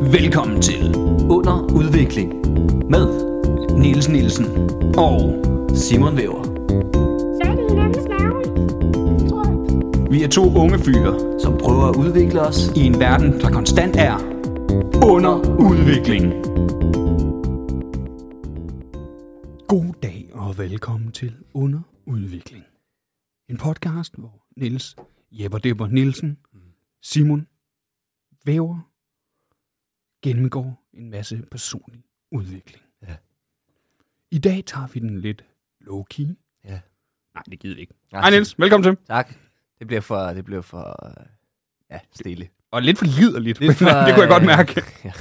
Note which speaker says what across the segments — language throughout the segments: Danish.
Speaker 1: Velkommen til Under Udvikling med Niels Nielsen og Simon Væver.
Speaker 2: Fat i hinandens navle. Tror jeg.
Speaker 1: Vi er to unge fyre
Speaker 3: som prøver at udvikle os.
Speaker 1: i en verden, der konstant er under udvikling.
Speaker 4: God dag og velkommen til Under Udvikling. En podcast, hvor Niels Jepper Depper Nielsen, Simon Væver, gennemgår en masse personlig udvikling.
Speaker 3: Ja.
Speaker 4: I dag tager vi den lidt low-key.
Speaker 3: Ja.
Speaker 4: Nej, det gider vi ikke.
Speaker 3: Nej,
Speaker 4: Hej Niels, velkommen til.
Speaker 3: Tak. Det bliver for, det bliver for øh, ja, stille.
Speaker 4: Og lidt for liderligt,
Speaker 3: Lidt for,
Speaker 4: det kunne jeg godt
Speaker 3: øh,
Speaker 4: mærke.
Speaker 3: ja.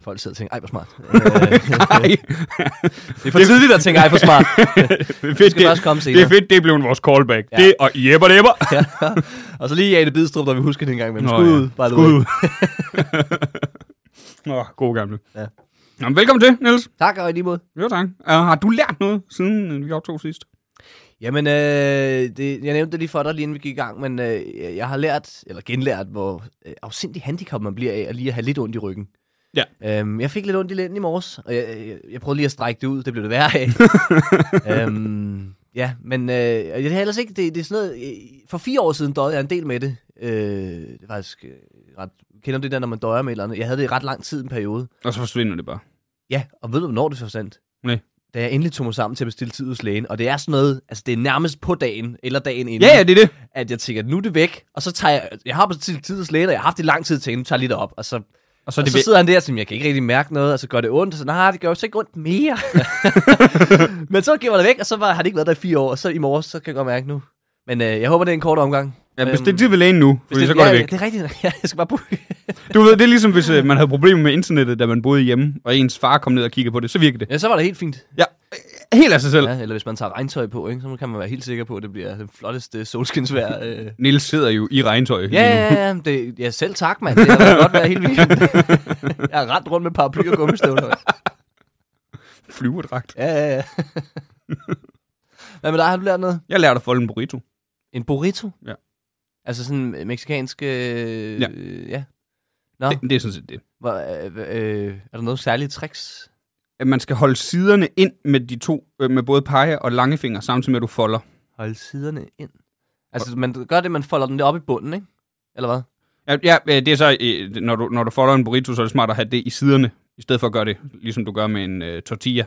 Speaker 3: Folk sidder og tænker, ej hvor smart. Øh,
Speaker 4: Nej,
Speaker 3: det er for tidligt at tænke, ej hvor smart.
Speaker 4: det er fedt,
Speaker 3: skal først komme
Speaker 4: det,
Speaker 3: senere.
Speaker 4: er fedt, det blev vores callback.
Speaker 3: Ja.
Speaker 4: Ja. Det og Jepper Depper.
Speaker 3: ja. Og så lige Ane Bidstrup, der vi husker det engang. Men
Speaker 4: Nå,
Speaker 3: skud
Speaker 4: ja.
Speaker 3: ud, bare
Speaker 4: Skud ud. Nå, god gamle.
Speaker 3: Ja.
Speaker 4: Nå, men velkommen til, Niels.
Speaker 3: Tak og i lige måde.
Speaker 4: Jo, tak. Uh, har du lært noget, siden øh, vi optog sidst?
Speaker 3: Jamen, øh, det, jeg nævnte det lige for dig, lige inden vi gik i gang, men øh, jeg- jeg har lært, eller genlært, hvor øh, afsindig handicap man bliver af at lige at have lidt ondt i ryggen.
Speaker 4: Ja.
Speaker 3: Øhm, jeg fik lidt ondt i lænden i morges, og jeg, jeg, jeg prøvede lige at strække det ud, det blev det værre af. øhm, ja, men øh, jeg har ellers ikke, det, det er sådan noget, øh, for fire år siden døde jeg en del med det. Øh, det er faktisk øh, ret, kender du det der, når man døjer med et eller andet? Jeg havde det i ret lang tid, en periode.
Speaker 4: Og så forsvinder det bare.
Speaker 3: Ja, og ved du, hvornår det forsvandt?
Speaker 4: Nej.
Speaker 3: Da jeg endelig tog mig sammen til at bestille tid hos lægen, og det er sådan noget, altså det er nærmest på dagen, eller dagen inden,
Speaker 4: Ja, ja, det er det.
Speaker 3: at jeg tænker, nu er det væk, og så tager jeg, altså, jeg har bestilt tid hos lægen, og jeg har haft det i lang tid, tænker, nu tager jeg lige det op, og så,
Speaker 4: Og så
Speaker 3: så,
Speaker 4: er
Speaker 3: og
Speaker 4: det
Speaker 3: så
Speaker 4: væk.
Speaker 3: sidder han der, og siger, jeg kan ikke rigtig mærke noget, og så gør det ondt, og så, nej, det gør jo så ikke ondt mere. Men så giver jeg det væk, og så var, har det ikke været der i fire år, og så i morgen, så kan jeg godt mærke nu. Men øh, jeg håber, det er en kort omgang.
Speaker 4: Ja, bestil tid ved lægen nu, fordi
Speaker 3: Bestil-
Speaker 4: så går
Speaker 3: ja,
Speaker 4: det væk.
Speaker 3: Øhm, Det er rigtigt, ja, jeg skal bare bruge
Speaker 4: Du ved, det er ligesom, hvis øh, man havde problemer med internettet, da man boede hjemme, og ens far kom ned og kiggede på det, så virker det.
Speaker 3: Ja, så var det helt fint.
Speaker 4: Ja, øh, helt af sig selv.
Speaker 3: Ja, eller hvis man tager regntøj på, ikke, så kan man være helt sikker på, at det bliver den flotteste solskinsvejr. Øh.
Speaker 4: Niels sidder jo i regntøj. lige
Speaker 3: Ja,
Speaker 4: nu.
Speaker 3: ja, ja, ja, det, ja, selv tak, mand. Det har været godt været hele weekenden. jeg har rendt rundt med paraply og gummistøvler.
Speaker 4: Flyverdragt.
Speaker 3: Ja, ja, ja. Hvad med dig? Har du lært noget?
Speaker 4: Jeg lærte at folde en burrito.
Speaker 3: En burrito?
Speaker 4: Ja.
Speaker 3: Altså sådan en meksikansk... Øh,
Speaker 4: Ja.
Speaker 3: ja. ja. Nå,
Speaker 4: Det, det er sådan set det.
Speaker 3: hvor, øh, øh, er der noget særligt tricks?
Speaker 4: At man skal holde siderne ind med de to, øh, med både pege og lange fingre, samtidig med at du folder.
Speaker 3: Hold siderne ind. Altså, man gør det, man folder den op i bunden, ikke? Eller hvad?
Speaker 4: Ja, ja øh, det er så, øh, når du, når du folder en burrito, så er det smart at have det i siderne, i stedet for at gøre det, ligesom du gør med en øh, tortilla.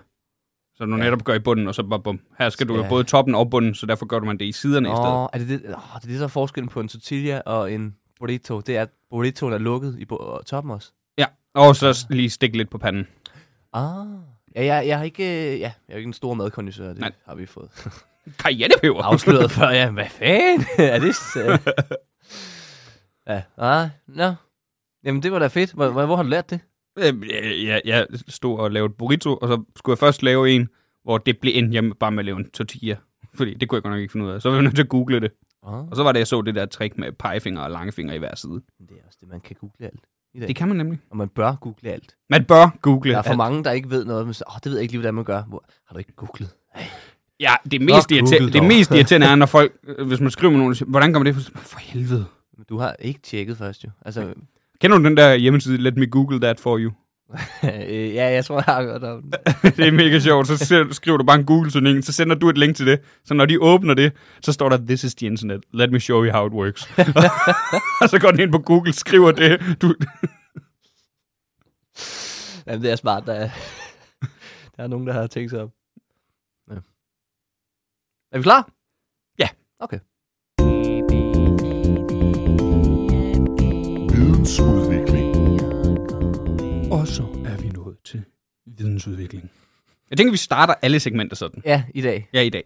Speaker 4: Så du
Speaker 3: Ja.
Speaker 4: ja. netop gør i bunden, og så bare bum. Her skal du ja.
Speaker 3: Ja.
Speaker 4: både toppen og bunden, så derfor gør du man det i siderne oh. i stedet.
Speaker 3: Nå, er det det, åh, det er det, der er forskellen på en tortilla og en burrito. Det er, at burritoen er lukket i bu- og toppen også.
Speaker 4: Ja, og så s- lige stikke lidt på panden.
Speaker 3: Ah. Ja, jeg, jeg, har ikke, øh, ja, jeg er ikke en stor madkondisør, det
Speaker 4: Nej.
Speaker 3: Nej. har vi fået
Speaker 4: Cayennepeber!
Speaker 3: afsløret før. Ja, hvad fanden er det? s- øh? ja, ah, no. Jamen, det var da fedt. Hvor, hvor, hvor har du lært det?
Speaker 4: Øh, jeg, jeg, jeg stod og lavede burrito, og så skulle jeg først lave en, hvor det blev endte hjemme bare med at lave en tortilla. Fordi det kunne jeg godt nok ikke finde ud af. Så var jeg nødt til at google det.
Speaker 3: Ah,
Speaker 4: Og så var det, jeg så det der trick med pegefinger og langefinger i hver side.
Speaker 3: men det er også det, man kan google alt. I dag.
Speaker 4: Det kan man nemlig.
Speaker 3: Og man bør google alt.
Speaker 4: Man bør google.
Speaker 3: Der er for
Speaker 4: alt.
Speaker 3: mange, der ikke ved noget. Men så, åh, det ved jeg ikke lige, hvordan man gør. Hvor, har du ikke googlet?
Speaker 4: Ja, det mest,
Speaker 3: Google
Speaker 4: irriterende, det
Speaker 3: dog.
Speaker 4: mest irriterende er, når folk, øh, hvis man skriver med nogen, der siger, hvordan kommer det? For, for helvede.
Speaker 3: Du har ikke tjekket først, jo. Altså,
Speaker 4: Kender du den der hjemmeside, let me google that for you?
Speaker 3: øh, ja, jeg tror, jeg har hørt om den.
Speaker 4: det er mega sjovt. Så ser- skriver du bare en Google-søgning, så sender du et link til det. Så når de åbner det, så står der, this is the internet. Let me show you how it works. og så går den ind på Google, skriver det. Du,
Speaker 3: Jamen, det er smart. Der er, der er nogen, der har tænkt sig om. Ja. Er vi klar?
Speaker 4: Ja.
Speaker 3: Okay.
Speaker 4: og så er vi nået til vidensudvikling. Jeg tænker, vi starter alle segmenter sådan.
Speaker 3: Ja, i dag.
Speaker 4: Ja, i dag.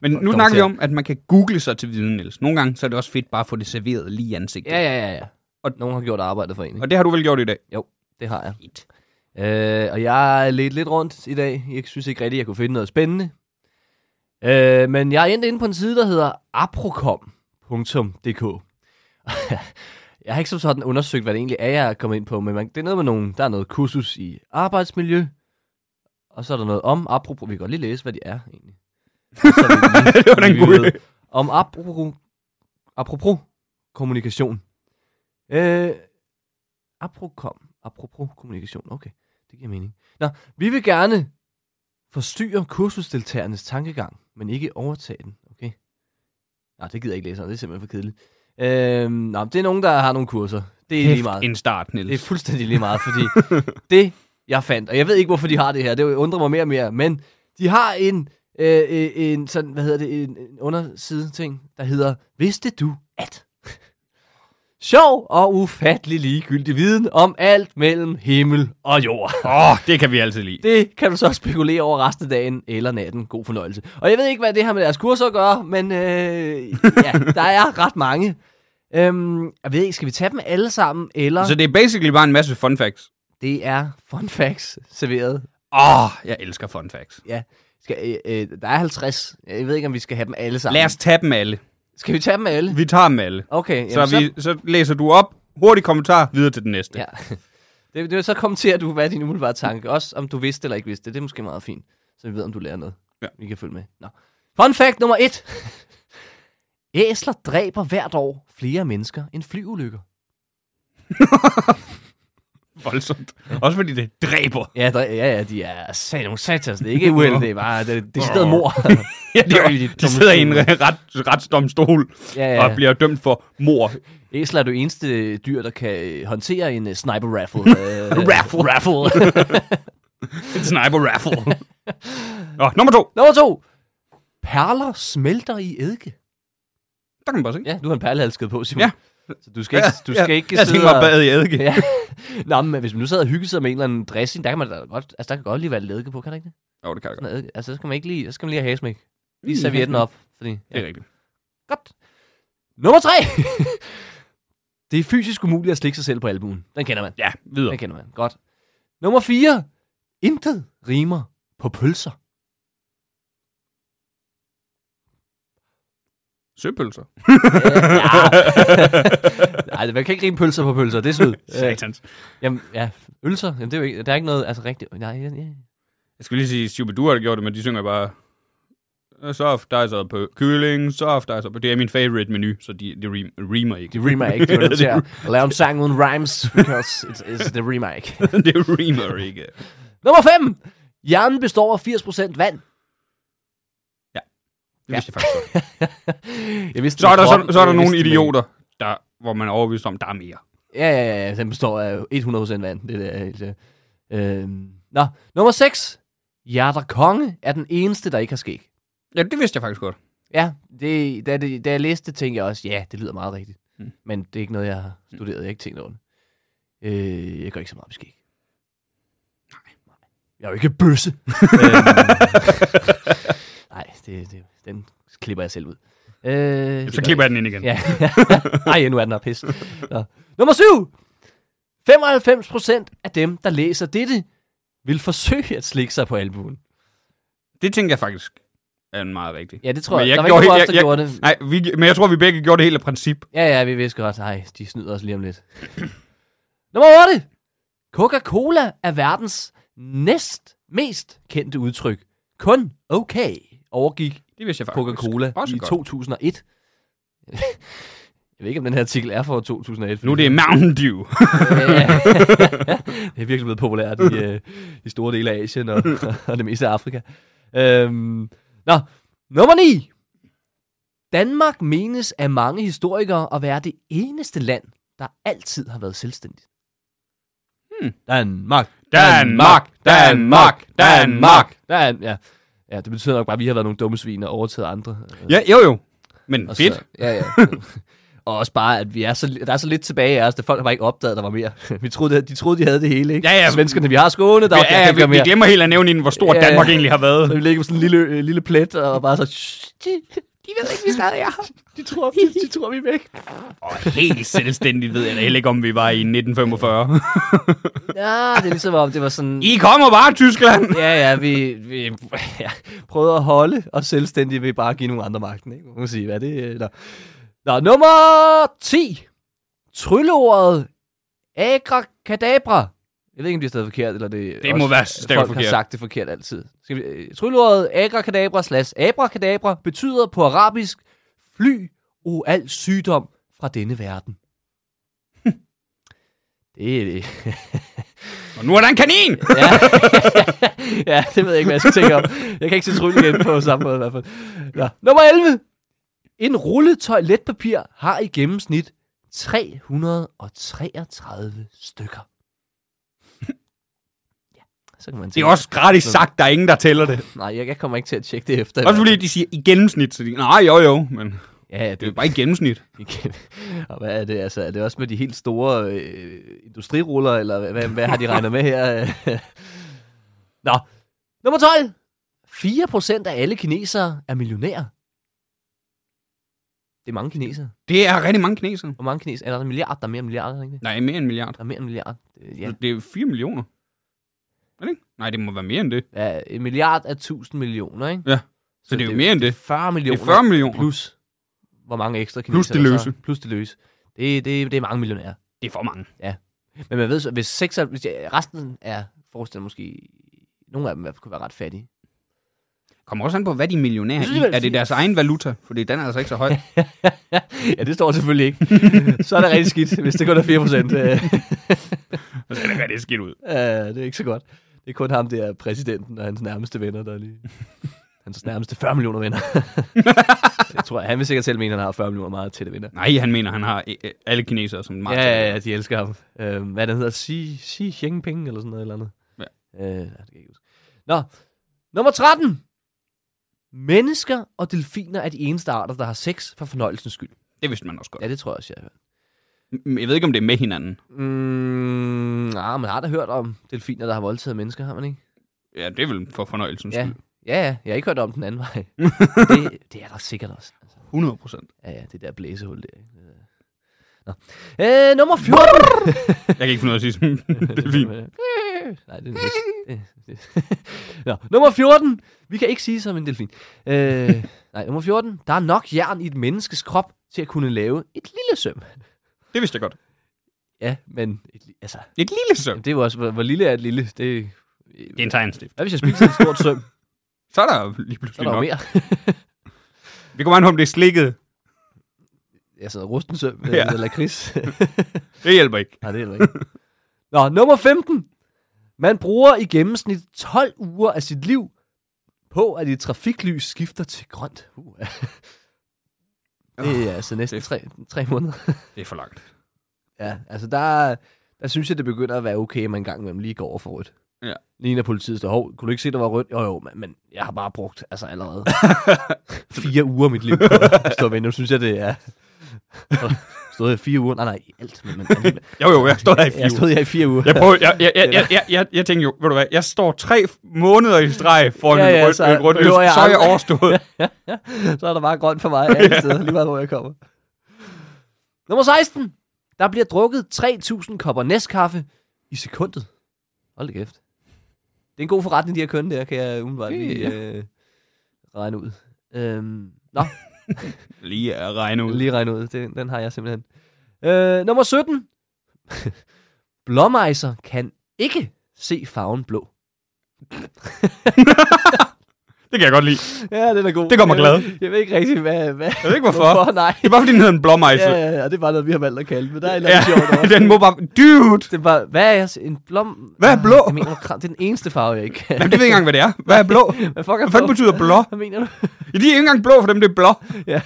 Speaker 4: Men nu
Speaker 3: Kommer
Speaker 4: snakker vi
Speaker 3: til.
Speaker 4: om, at man kan google sig til viden, Niels. Nogle gange så er det også fedt bare at få det serveret lige i ansigtet.
Speaker 3: Ja, ja, ja, ja.
Speaker 4: Og-
Speaker 3: Og nogen har gjort arbejdet for en. Og...
Speaker 4: Og det har du vel gjort i dag?
Speaker 3: Det har jeg.
Speaker 4: Fedt.
Speaker 3: Øh, og jeg ledte lidt rundt i dag. Jeg synes ikke rigtigt, jeg kunne finde noget spændende. Øh, men jeg er endt inde på en side, der hedder aprocom.dk. jeg har ikke som sådan undersøgt, hvad det egentlig er, jeg er kommet ind på, men man, det er noget med nogen. Der er noget kursus i arbejdsmiljø, og så er der noget om apropos. Vi kan godt lige læse, hvad de er egentlig. Så vi lige-
Speaker 4: det var da en
Speaker 3: vi
Speaker 4: god
Speaker 3: ved.
Speaker 4: idé.
Speaker 3: Om apropos, apropos kommunikation. Øh, aprocom. Apropos kommunikation. Okay, det giver mening. Nå, vi vil gerne forstyrre kursusdeltagernes tankegang, men ikke overtage den. Okay. Nej, det gider jeg ikke læse, om, det er simpelthen for kedeligt. Øhm, nå, men det er nogen, der har nogle kurser. Det er lige meget.
Speaker 4: en start, Niels.
Speaker 3: Det er fuldstændig lige meget, fordi det, jeg fandt, og jeg ved ikke, hvorfor de har det her, det undrer mig mere og mere, men de har en, øh, øh, en sådan, hvad hedder det, en, en underside ting, der hedder, vidste du at? Sjov og ufattelig ligegyldig viden om alt mellem himmel og jord.
Speaker 4: Åh, oh, det kan vi altid lide.
Speaker 3: Det kan du så spekulere over resten af dagen eller natten. God fornøjelse. Og jeg ved ikke, hvad det har med deres kurser at gøre, men øh, ja, der er ret mange. Øhm, jeg ved ikke, skal vi tage dem alle sammen, eller...
Speaker 4: Så det er basically bare en masse fun facts.
Speaker 3: Det er fun facts serveret.
Speaker 4: Åh, oh, jeg elsker fun facts.
Speaker 3: Ja. Skal, øh, øh, der er 50. Jeg ved ikke, om vi skal have dem alle sammen.
Speaker 4: Lad os tage dem alle.
Speaker 3: Skal vi tage dem alle?
Speaker 4: Vi tager dem alle.
Speaker 3: Okay, jamen,
Speaker 4: Så, vi, så læser du op, hurtig kommentar, videre til den næste.
Speaker 3: Ja. Det, det, så kommenterer du, hvad er din umiddelbare tanke. Også om du vidste eller ikke vidste det. Det er måske meget fint. Så vi ved, om du lærer noget.
Speaker 4: Ja.
Speaker 3: Vi kan følge med. Nå. Fun fact nummer et. Æsler dræber hvert år flere mennesker end flyulykker.
Speaker 4: Voldsomt. Også fordi det dræber.
Speaker 3: Ja, der, ja, ja, de er sat nogle satans. Det er ikke uheld, det er bare det, det er stedet mor.
Speaker 4: Ja, det er, de sidder i en ret, retsdomstol
Speaker 3: Ja,
Speaker 4: ja,
Speaker 3: ja.
Speaker 4: ja. og bliver dømt for mor.
Speaker 3: Æsler er det eneste dyr, der kan øh, håndtere en øh, sniper rifle. Øh,
Speaker 4: Raffle.
Speaker 3: raffle.
Speaker 4: En sniper raffle. Nå, nummer to.
Speaker 3: Nummer to. Perler smelter i eddike.
Speaker 4: Der kan man bare se.
Speaker 3: Ja, du har en perlehalskede på, Simon.
Speaker 4: Ja.
Speaker 3: Så du skal ikke, du skal
Speaker 4: ja,
Speaker 3: ikke
Speaker 4: jeg
Speaker 3: sidde
Speaker 4: tænker bare bad i eddike.
Speaker 3: Ja. Nå, men hvis man nu sad og hyggede sig med en eller anden dressing, der kan man da godt, altså der kan godt lige være lidt eddike på, kan der ikke det?
Speaker 4: Jo, det kan jeg godt.
Speaker 3: Sådan noget eddike. Altså, så skal man ikke lige, så skal man lige have hasmæk. Lige
Speaker 4: Lige
Speaker 3: servietten
Speaker 4: hasmæk.
Speaker 3: op, fordi...
Speaker 4: Det er rigtigt.
Speaker 3: Godt. Nummer tre. det er fysisk umuligt at slikke sig selv på albuen. Den kender man.
Speaker 4: Ja, videre.
Speaker 3: Den kender man. Godt. Nummer fire. Intet rimer på pølser.
Speaker 4: Søpølser.
Speaker 3: Nej, man kan ikke rime pølser på pølser, det er snyd. Øh,
Speaker 4: Satans.
Speaker 3: Jamen, ja, ølser, jamen, det er jo ikke, der er ikke noget, altså rigtigt, nej, ja, ja.
Speaker 4: Jeg skulle lige sige, Shubidu har gjort det, men de synger bare... øh, Soft dicer på kylling, soft dicer på... Det er min favorite menu, så de, de rem, remer ikke.
Speaker 3: De remake, ikke, det er til at lave en sang uden rhymes, because it's, it's the remake.
Speaker 4: de remer ikke.
Speaker 3: Nummer 5. Hjernen består af 80% vand.
Speaker 4: Det vidste jeg faktisk godt.
Speaker 3: Jeg vidste,
Speaker 4: Så er
Speaker 3: det
Speaker 4: der,
Speaker 3: var
Speaker 4: så,
Speaker 3: kroppen,
Speaker 4: så er der
Speaker 3: jeg
Speaker 4: nogle
Speaker 3: vidste, men-
Speaker 4: idioter, der, hvor man er overbevist om, der er mere.
Speaker 3: Ja, ja, ja, ja, den består af 100% vand. Det der, er helt, øh, øhm. Nå, nummer 6. Hjerter Konge er den eneste, der ikke har skæg.
Speaker 4: Ja, det vidste jeg faktisk godt.
Speaker 3: Ja, det, da, det, da jeg læste det, tænkte jeg også, ja, det lyder meget rigtigt. Mm.
Speaker 4: Mm.
Speaker 3: Men det er ikke noget, jeg har studeret. Jeg har ikke tænkt over det. Øh, jeg gør ikke så meget med skæg. Nej. Jeg er jo ikke bøsse. Øhm, Nej, det, det, den klipper jeg selv ud. Øh,
Speaker 4: Så klipper jeg den ind igen.
Speaker 3: Ja. Ej, nu er den her pis. Nå. Nummer syv. 95 procent af dem, der læser dette, vil forsøge at slikke sig på albuen.
Speaker 4: Det tænker jeg faktisk er en meget rigtig.
Speaker 3: Ja, det tror
Speaker 4: Men
Speaker 3: jeg.
Speaker 4: jeg
Speaker 3: Der var
Speaker 4: gjorde
Speaker 3: ikke nogen af
Speaker 4: helt-
Speaker 3: os, der
Speaker 4: jeg-
Speaker 3: gjorde det.
Speaker 4: Nej, vi, men jeg tror, vi begge gjorde det hele af princip.
Speaker 3: Ja, ja, vi vidste godt. Ej, de snyder os lige om lidt. Nummer 8. Coca-Cola er verdens næst mest kendte udtryk. Kun okay overgik
Speaker 4: Det vidste jeg faktisk.
Speaker 3: Coca-Cola
Speaker 4: Også
Speaker 3: i
Speaker 4: godt.
Speaker 3: 2001. Jeg ved ikke, om den her artikel er fra 2001.
Speaker 4: Nu er det Mountain Dew.
Speaker 3: det er virkelig blevet populært i, øh, i store dele af Asien og, og det meste af Afrika. Øhm, nå, nummer 9. Danmark menes af mange historikere at være det eneste land, der altid har været selvstændigt.
Speaker 4: Hmm.
Speaker 3: Danmark,
Speaker 4: Danmark, Danmark, Danmark.
Speaker 3: Dan, ja. ja, det betyder nok bare, at vi har været nogle dumme svin og overtaget andre.
Speaker 4: ja, jo jo. Men
Speaker 3: Og
Speaker 4: fedt.
Speaker 3: Så, ja, ja. og også bare, at vi er så, der er så lidt tilbage af os, at folk har bare ikke opdaget, at der var mere. vi troede, de troede, de havde det hele, ikke?
Speaker 4: Ja, ja.
Speaker 3: Svenskerne, vi har Skåne, der
Speaker 4: Ja,
Speaker 3: var
Speaker 4: ja,
Speaker 3: ikke
Speaker 4: vi, vi
Speaker 3: mere.
Speaker 4: glemmer helt at nævne inden, hvor stor
Speaker 3: Ja, ja.
Speaker 4: Danmark egentlig har været.
Speaker 3: Så vi ligger på sådan en lille, øh, lille plet, og bare så... "Shh, De, de ved ikke, vi stadig er her. De tror, de, de tror, vi er væk.
Speaker 4: Og helt selvstændigt ved jeg da heller ikke, om vi var i 1945.
Speaker 3: Ja, det er ligesom om, det var sådan...
Speaker 4: I kommer bare, Tyskland!
Speaker 3: Ja, ja, vi, vi ja, prøvede at holde os selvstændige ved bare at give nogle andre magten. Ikke? Man må sige, hvad er det er. Nå. Nå, nummer 10. Trylleordet agracadabra. Jeg ved ikke, om det er stadig forkert, eller det...
Speaker 4: Det må være stadig
Speaker 3: folk har
Speaker 4: forkert.
Speaker 3: sagt det forkert altid. Skal vi, øh, trylleordet agracadabra slash abracadabra betyder på arabisk fly og al sygdom fra denne verden. det er det.
Speaker 4: Og nu er der en kanin!
Speaker 3: Ja. ja, det ved jeg ikke, hvad jeg skal tænke om. Jeg kan ikke se trylle igen på samme måde i hvert fald. Nå. Nummer 11. En rulle toiletpapir har i gennemsnit 333 stykker. ja, så kan man
Speaker 4: Det er også gratis sagt, der er ingen, der tæller det.
Speaker 3: Nej, jeg, jeg kommer ikke til at tjekke det efter.
Speaker 4: Også fordi de siger i gennemsnit. Så de, Nej, jo jo, men
Speaker 3: Ja, ja,
Speaker 4: det er jo
Speaker 3: det,
Speaker 4: bare i gennemsnit.
Speaker 3: igen. Og hvad er det? Altså, er det også med de helt store øh, industriruller, eller hvad, hvad, hvad har de regnet med her? Nå, nummer 12. 4% af alle kinesere er millionærer. Det er mange kinesere.
Speaker 4: Det er rigtig mange kinesere.
Speaker 3: Hvor mange kinesere? Er der en milliard? Der er mere end en milliard, ikke det?
Speaker 4: Nej, mere end en milliard.
Speaker 3: Der er mere end en milliard. Øh, Ja,
Speaker 4: Ja. Det er 4 millioner. Er det ikke? Nej, det må være mere end det.
Speaker 3: ja en milliard er 1000 millioner, ikke?
Speaker 4: Ja. Så, det er jo mere end det.
Speaker 3: 40 millioner.
Speaker 4: Det er 40 millioner.
Speaker 3: Plus, hvor mange ekstra kinesere
Speaker 4: Plus det
Speaker 3: der så er.
Speaker 4: løse.
Speaker 3: Plus det løse. Det, det, det er mange millionærer.
Speaker 4: Det er for mange.
Speaker 3: Men man ved så, hvis, 6, hvis jeg, resten er, forestiller måske, nogle af dem i hvert fald kunne være ret fattige.
Speaker 4: Kommer også an på, hvad de er millionærer
Speaker 3: Jeg synes, det
Speaker 4: i.
Speaker 3: er
Speaker 4: Er det deres egen valuta? Fordi den er altså ikke så høj.
Speaker 3: ja, det står selvfølgelig ikke. så er det rigtig skidt, hvis det kun er 4 procent.
Speaker 4: Så ser det rigtig skidt ud.
Speaker 3: det er ikke så godt. Det er kun ham der, præsidenten og hans nærmeste venner, der er lige... Hans nærmeste 40 millioner venner. jeg tror, han vil sikkert selv mene, at han har 40 millioner meget tætte venner.
Speaker 4: Nej, han mener, han har øh, øh, alle kinesere som meget.
Speaker 3: Ja, ja, ja, de elsker ham. Øh, hvad den hedder? Xi, Xi Jinping eller sådan noget eller andet.
Speaker 4: Ja.
Speaker 3: Øh, nej, det kan jeg ikke huske. Nå, nummer 13. Mennesker og delfiner er de eneste arter, der har sex for fornøjelsens skyld.
Speaker 4: Det vidste man også godt.
Speaker 3: Ja, det tror jeg også, jeg har hørt.
Speaker 4: M- Jeg ved ikke, om det er med hinanden.
Speaker 3: Mm, ah, man har da hørt om delfiner, der har voldtaget mennesker, har man ikke?
Speaker 4: Ja, det er vel for fornøjelsens
Speaker 3: Ja.
Speaker 4: skyld.
Speaker 3: Ja, ja, jeg har ikke hørt om den anden vej. det, det er der sikkert også.
Speaker 4: 100 procent.
Speaker 3: Ja, ja, det der blæsehul der. Ikke? Nå. Øh, nummer 14.
Speaker 4: Jeg kan ikke finde ud af at sige sådan. det er fint.
Speaker 3: Nej, det er en hest. Det- det- Nå, nummer 14. Vi kan ikke sige som en delfin. Øh, nej, nummer 14. Der er nok jern i et menneskes krop til at kunne lave et lille søm.
Speaker 4: Det vidste jeg godt.
Speaker 3: Ja, men et, li- altså,
Speaker 4: Et lille søm.
Speaker 3: jamen, det er jo også, hvor, hvor lille er et lille? Det,
Speaker 4: Det er en tegnstift.
Speaker 3: hvad hvis jeg spiser et stort søm?
Speaker 4: Så er der lige
Speaker 3: Så er
Speaker 4: pludselig
Speaker 3: der jo
Speaker 4: nok.
Speaker 3: mere.
Speaker 4: Vi kommer an på, om det er slikket.
Speaker 3: Altså, rusten søm
Speaker 4: Ja.
Speaker 3: ja. eller kris.
Speaker 4: Det hjælper ikke.
Speaker 3: nej, det er heller ikke. Nå, nummer 15. Man bruger i gennemsnit 12 uger af sit liv på, at et trafiklys skifter til grønt. Uh, ja. Det er altså næsten
Speaker 4: det-
Speaker 3: tre, tre måneder.
Speaker 4: Det er for langt.
Speaker 3: Ja, altså der, der synes jeg, det begynder at være okay, at man engang imellem lige går over for rødt.
Speaker 4: Ja.
Speaker 3: Lige når politiet står, hov, kunne du ikke se, der var rødt? Jo, jo, men, men jeg har bare brugt altså allerede fire uger af mit liv på at stå ved. Nu synes jeg, det er... Stod jeg fire uger? Nej, nej, i alt. Men, men,
Speaker 4: Jo, jo, jeg står der i
Speaker 3: jeg
Speaker 4: fire uger.
Speaker 3: stod her i fire uger.
Speaker 4: Jeg, prøver, jeg, jeg, jeg, jeg, jeg, jeg, jeg tænkte jo, ved du hvad, jeg står tre måneder i streg for ja,
Speaker 3: Ja, ja,
Speaker 4: ja, en
Speaker 3: så
Speaker 4: rød lys,
Speaker 3: behøver jeg
Speaker 4: så er jeg
Speaker 3: aldrig-
Speaker 4: overstået.
Speaker 3: Så er der bare grønt for mig alle steder, lige meget hvor jeg kommer. Nummer 16. Der bliver drukket 3.000 kopper næstkaffe i sekundet. Hold da kæft. Det er en god forretning, de har kørt der, kan jeg umiddelbart
Speaker 4: Det-
Speaker 3: lige øh, regne ud. Øhm, nå,
Speaker 4: Lige at regne ud.
Speaker 3: lige regne ud. Den, den har jeg simpelthen. Øh, nummer 17. Blåmejser kan ikke se farven blå.
Speaker 4: Det kan jeg godt lide.
Speaker 3: Ja, den er god.
Speaker 4: Det gør mig
Speaker 3: Jeg
Speaker 4: glad.
Speaker 3: ved- Jeg ved ikke rigtig, hvad... hvad
Speaker 4: Jeg ved ikke, hvorfor.
Speaker 3: Nej.
Speaker 4: Det er bare, fordi den hedder en blåmejse.
Speaker 3: Ja, ja, ja, det er bare noget, vi har valgt at kalde det, men der er et eller
Speaker 4: Altså- Ja,
Speaker 3: andet ja. sjovt over.
Speaker 4: den må bare... Dude!
Speaker 3: Det var, hvad er jeg, s- en blom?
Speaker 4: Hvad er
Speaker 3: Ah,
Speaker 4: blå?
Speaker 3: Jeg mener, kram- det er den eneste farve, jeg ikke kan.
Speaker 4: Jamen, det ved jeg ikke engang, hvad det er. Hvad er blå?
Speaker 3: Hvad fuck er
Speaker 4: Hvad fanden
Speaker 3: blå?
Speaker 4: betyder blå?
Speaker 3: Hvad mener du?
Speaker 4: Ja, de er ikke engang blå for dem, det er blå.
Speaker 3: Ja.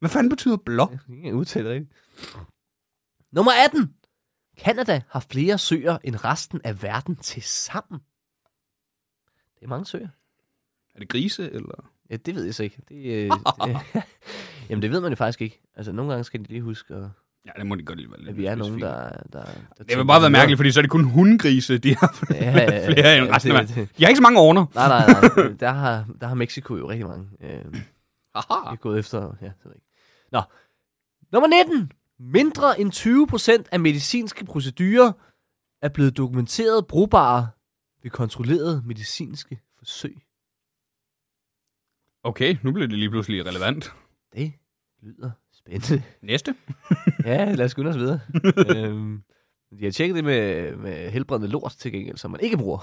Speaker 4: Hvad fanden betyder blå?
Speaker 3: Jeg kan udtale det rigtigt. Nummer 18. Kanada har flere søer end resten af verden til sammen. Det er mange søer.
Speaker 4: Er det grise, eller?
Speaker 3: Ja, det ved jeg så ikke. Det, øh, det, jamen, det ved man jo faktisk ikke. Altså, nogle gange skal de lige huske, at,
Speaker 4: Ja, det må de godt lige være lidt
Speaker 3: at vi er nogen,
Speaker 4: specifikke.
Speaker 3: der... der, der
Speaker 4: Det vil bare være mærkeligt, fordi så er det kun hundgrise, de har
Speaker 3: Ja, ja, ja.
Speaker 4: flere end
Speaker 3: Jamen,
Speaker 4: resten af
Speaker 3: det-
Speaker 4: verden. Jeg har ikke så mange ordner.
Speaker 3: Nej, nej, nej. Der har, der har Mexico jo rigtig mange. Øh,
Speaker 4: Aha.
Speaker 3: Jeg er gået efter, ja, det ved jeg ikke. Nå. Nummer 19. Mindre end 20% af medicinske procedurer er blevet dokumenteret brugbare ved kontrollerede medicinske forsøg.
Speaker 4: Okay, nu bliver det lige pludselig relevant.
Speaker 3: Det lyder spændende.
Speaker 4: Næste.
Speaker 3: Ja, lad os skynde os videre. øhm, de har tjekket det med, med helbredende lort til gengæld, som man ikke bruger.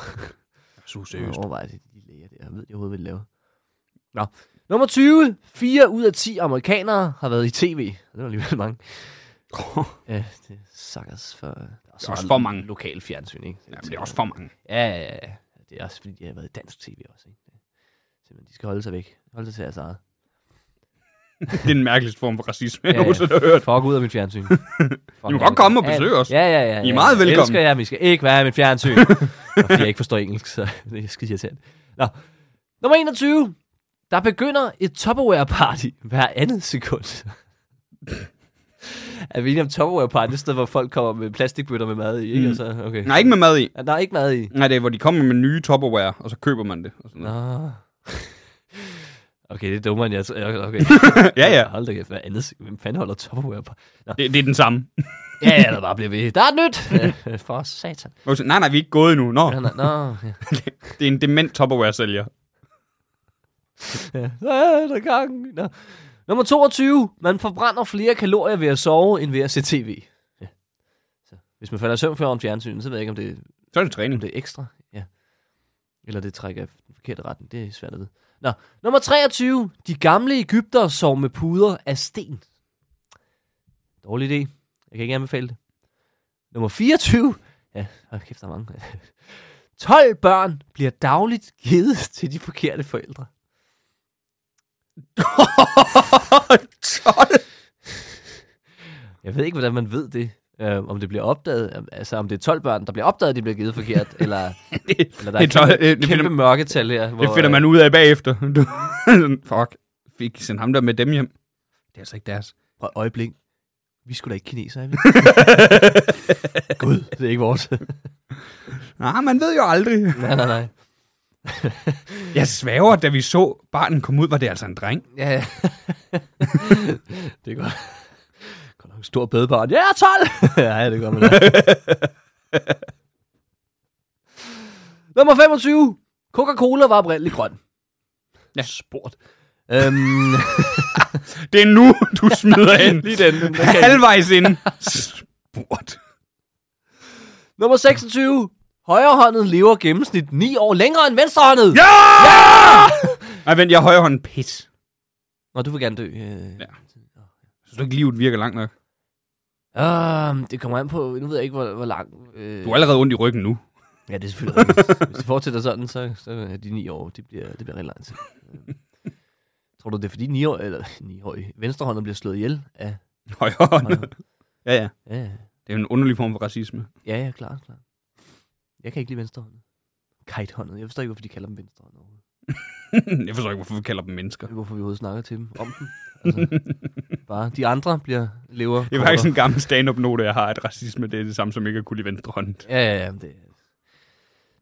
Speaker 4: Så
Speaker 3: Seriøst. Overvej det, de læger der. Jeg ved, jeg overhovedet, hvad de laver. Nå. Nummer 20. 4 ud af 10 amerikanere har været i tv. Det var alligevel mange. Ja, det er Øh, suckers for... Og så
Speaker 4: er også
Speaker 3: var
Speaker 4: for mange.
Speaker 3: Lokal fjernsyn, ikke?
Speaker 4: Jamen, det er også for mange.
Speaker 3: Ja, ja, ja. Det er også fordi, de har været i dansk tv også, ikke? Simpelthen, de skal holde sig væk. Holde sig til deres eget.
Speaker 4: Det er den mærdligste form for racisme, jeg
Speaker 3: Ja, ja.
Speaker 4: nogensinde har hørt.
Speaker 3: Fuck ud af mit fjernsyn.
Speaker 4: I må godt komme og besøge os.
Speaker 3: Ja, ja, ja.
Speaker 4: I er meget velkommen.
Speaker 3: Jeg elsker jer, men I skal ikke være i mit fjernsyn. Og fordi jeg ikke forstår engelsk, så det er skide irriterende. Nå. Nummer 21. Der begynder et Tupperware-party hver andet sekund. er vi enige om Tupperware-party? Det er sådan noget, hvor folk kommer med plastikbøtter med mad i, ikke?
Speaker 4: Mm.
Speaker 3: Og så, okay.
Speaker 4: Nej, ikke Mm. med mad i.
Speaker 3: Ja, Der er ikke mad i.
Speaker 4: Nej, det er, hvor de kommer med nye Tupperware, og så køber man det. Og sådan noget.
Speaker 3: Nå. Okay, det er dummere end jeg... ja, Okay.
Speaker 4: Ja, ja.
Speaker 3: Hold da kæft, hvad andet? Hvem fanden holder Tupperware på? Nå.
Speaker 4: Det, det er den samme.
Speaker 3: Ja, ja, der bare bliver ved. Der er et nyt! Ja, For satan.
Speaker 4: Og så, nej, nej, vi er ikke gået endnu. Nå,
Speaker 3: Nå, nå, nå. ja.
Speaker 4: det er en dement Tupperware-sælger.
Speaker 3: Ja, der er gang. Nå. Nummer 22. Man forbrænder flere kalorier ved at sove, end ved at se tv. Ja. Så, hvis man falder i søvn før om fjernsynet, så ved jeg ikke, om det,
Speaker 4: Så er det træning.
Speaker 3: om det er ekstra. Ja. Eller det trækker i den forkerte retning. Det er svært at vide. Nå. Nummer 23. De gamle Ægypter sov med puder af sten. Dårlig idé. Jeg kan ikke anbefale det. Nummer 24. Ja, hold kæft, der er mange. 12 børn bliver dagligt givet til de forkerte forældre.
Speaker 4: 12?
Speaker 3: Jeg ved ikke, hvordan man ved det. Uh, om det bliver opdaget, om- altså om det er 12 børn, der bliver opdaget, at de bliver givet forkert, eller, eller der er
Speaker 4: det
Speaker 3: et
Speaker 4: er tolv-
Speaker 3: kæmpe,
Speaker 4: det- det
Speaker 3: kæmpe
Speaker 4: finder-
Speaker 3: mørketal her. Hvor, øh,
Speaker 4: Det finder man ud af bagefter. Du- sådan, Fuck. Fik sendt ham der med dem hjem. Det er altså ikke deres.
Speaker 3: øh, prøv et øjeblik. Vi skulle da ikke kineser, er vi? Gud, det er ikke vores.
Speaker 4: Nej, man ved jo aldrig.
Speaker 3: nej, nej, nej.
Speaker 4: Jeg svæver, da vi så barnen komme ud, var det altså en dreng.
Speaker 3: Ja, ja. det er godt. Godt nok en stor bædebarn. Ja, 12! ja, ja, det gør man da. Nummer 25. Coca-Cola var oprindeligt grøn.
Speaker 4: Ja.
Speaker 3: Sport. Øhm,
Speaker 4: Det er nu, du smider ind.
Speaker 3: lige den. den kan jeg
Speaker 4: Halvvejs ind. Sport.
Speaker 3: Nummer 26. Højrehåndet lever gennemsnit 9 år længere end venstrehåndet.
Speaker 4: Ja! Nej, vent, jeg er højre hånd. Pis.
Speaker 3: Nå, du vil gerne dø. Øh.
Speaker 4: Ja. Synes du ikke, livet virker langt nok?
Speaker 3: Øhm, det kommer an på, nu ved jeg ikke, hvor, hvor lang. Øh.
Speaker 4: Du er allerede ondt i ryggen nu.
Speaker 3: Ja, det er selvfølgelig rigtigt. Hvis det fortsætter sådan, så, så er de 9 år. Det bliver, det bliver rigtig lang tid. Øh. Tror du, det er fordi 9 år, eller 9 år, venstrehåndet bliver slået ihjel? Ja,
Speaker 4: Højre hånd.
Speaker 3: Højre.
Speaker 4: Ja, ja.
Speaker 3: ja,
Speaker 4: Det er jo en underlig form for racisme.
Speaker 3: ja, ja klar, klar. Jeg kan ikke lide venstrehåndet. Kitehåndet. Jeg forstår ikke, hvorfor de kalder dem venstrehåndet. overhovedet.
Speaker 4: jeg forstår ikke, hvorfor vi kalder dem mennesker.
Speaker 3: Hvorfor vi overhovedet snakker til dem om dem. Altså, bare de andre bliver lever.
Speaker 4: Det er faktisk en gammel stand-up-note, jeg har, at racisme det er det samme som ikke at kunne lide venstre hånd.
Speaker 3: Ja, ja, ja. Det,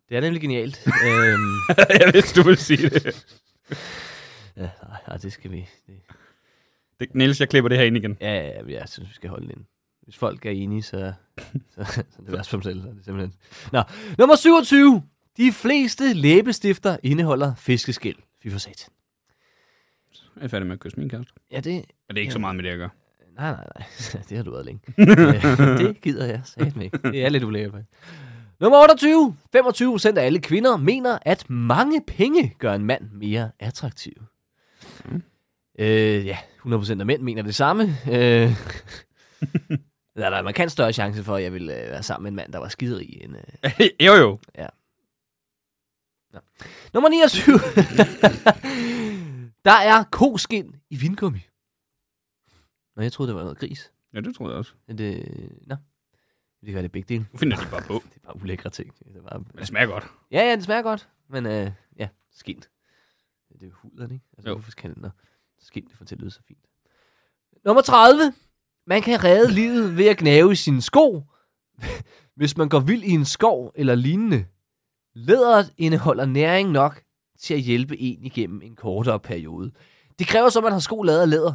Speaker 3: det er nemlig genialt. øhm,
Speaker 4: jeg vidste, du ville sige det.
Speaker 3: ja, nej, nej, det skal vi. Det,
Speaker 4: det. Niels, jeg klipper det her ind igen.
Speaker 3: ja, ja, ja, jeg synes, vi skal holde den. Hvis folk er enige, så, så, så er det værst for dem selv. så er Det simpelthen. Nå, nummer 27. De fleste læbestifter indeholder fiskeskæl. Fy for satan.
Speaker 4: Jeg er færdig med at kysse min kæreste.
Speaker 3: Ja, det...
Speaker 4: Og det er ikke så meget med det, jeg gør.
Speaker 3: Nej, nej, nej. Det har du været længe. Øh, det gider jeg satme ikke. Det er lidt ulækkert. faktisk. Nummer 28. 25 procent af alle kvinder mener, at mange penge gør en mand mere attraktiv. Mm. Øh, ja, 100 procent af mænd mener det samme. Øh, der er der en markant større chance for, at jeg ville øh, være sammen med en mand, der var skiderig. End, øh.
Speaker 4: jo, jo.
Speaker 3: Nummer 29. der er koskin i vingummi. Nå, jeg troede, det var noget gris.
Speaker 4: Ja, det tror jeg også.
Speaker 3: Men det, nå. Det kan være det er begge dele.
Speaker 4: Nu finder de bare på.
Speaker 3: Det er bare ulækre ting. Det er bare,
Speaker 4: Men det smager godt.
Speaker 3: ja, ja, det smager godt, men øh, ja, skint. Det er jo huden, ikke? Altså,
Speaker 4: Jo.
Speaker 3: hvorfor skal den, nå, skint det får til at lyde så fint. Nummer 30. Man kan redde livet ved at gnave i sine sko, hvis man går vild i en skov eller lignende. Læderet indeholder næring nok til at hjælpe en igennem en kortere periode. Det kræver så, at man har sko lavet af læder.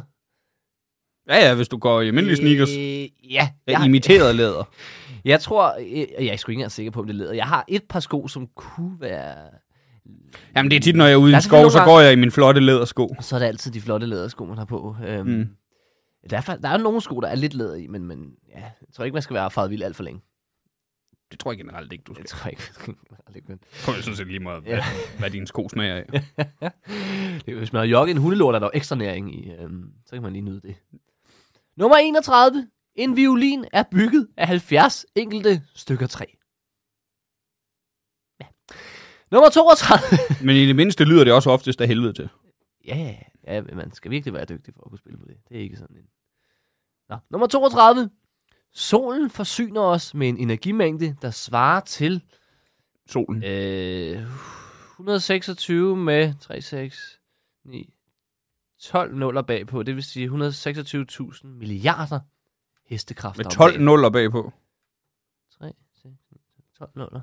Speaker 4: Ja, ja, hvis du går i almindelige sneakers.
Speaker 3: Øh, ja.
Speaker 4: Ja, imiteret læder.
Speaker 3: Jeg tror, jeg, jeg er sgu ikke engang sikker på, om det leder. Jeg har et par sko, som kunne være...
Speaker 4: Jamen, det er tit, når jeg er ude i
Speaker 3: Der er
Speaker 4: en skov,
Speaker 3: selvfølgelig
Speaker 4: så
Speaker 3: nogle
Speaker 4: går jeg i min flotte lædersko.
Speaker 3: Og så er det altid de flotte lædersko, man har på. Øhm,
Speaker 4: Mm.
Speaker 3: mm. Der er, fa- der er jo nogle sko, der er lidt læder i, men, men ja, jeg tror ikke, man skal være faret vild alt for længe.
Speaker 4: Det tror jeg generelt ikke, du skal.
Speaker 3: Det tror jeg ikke. man skal være lidt, men-
Speaker 4: Jeg tror, jeg synes det er lige meget, hvad,
Speaker 3: Ja.
Speaker 4: hvad dine sko smager af.
Speaker 3: det, er, hvis man har jogget en hundelort, er der jo ekstra næring i. Øhm, så kan man lige nyde det. Nummer 31. En violin er bygget af 70 enkelte stykker træ. Ja. Nummer 32.
Speaker 4: Men i det mindste lyder det også oftest af helvede til.
Speaker 3: Ja, ja, ja, men man skal virkelig være dygtig for at kunne spille på det. Det er ikke sådan en... Nå, nummer 32. Solen forsyner os med en energimængde, der svarer til
Speaker 4: Solen.
Speaker 3: øh, 126 med 3, 6, 9, 12 nuller bagpå. Det vil sige 126.000 milliarder hestekræfter.
Speaker 4: Med
Speaker 3: om
Speaker 4: 12
Speaker 3: dagen.
Speaker 4: nuller bagpå.
Speaker 3: 3, 6, 9, 12 nuller.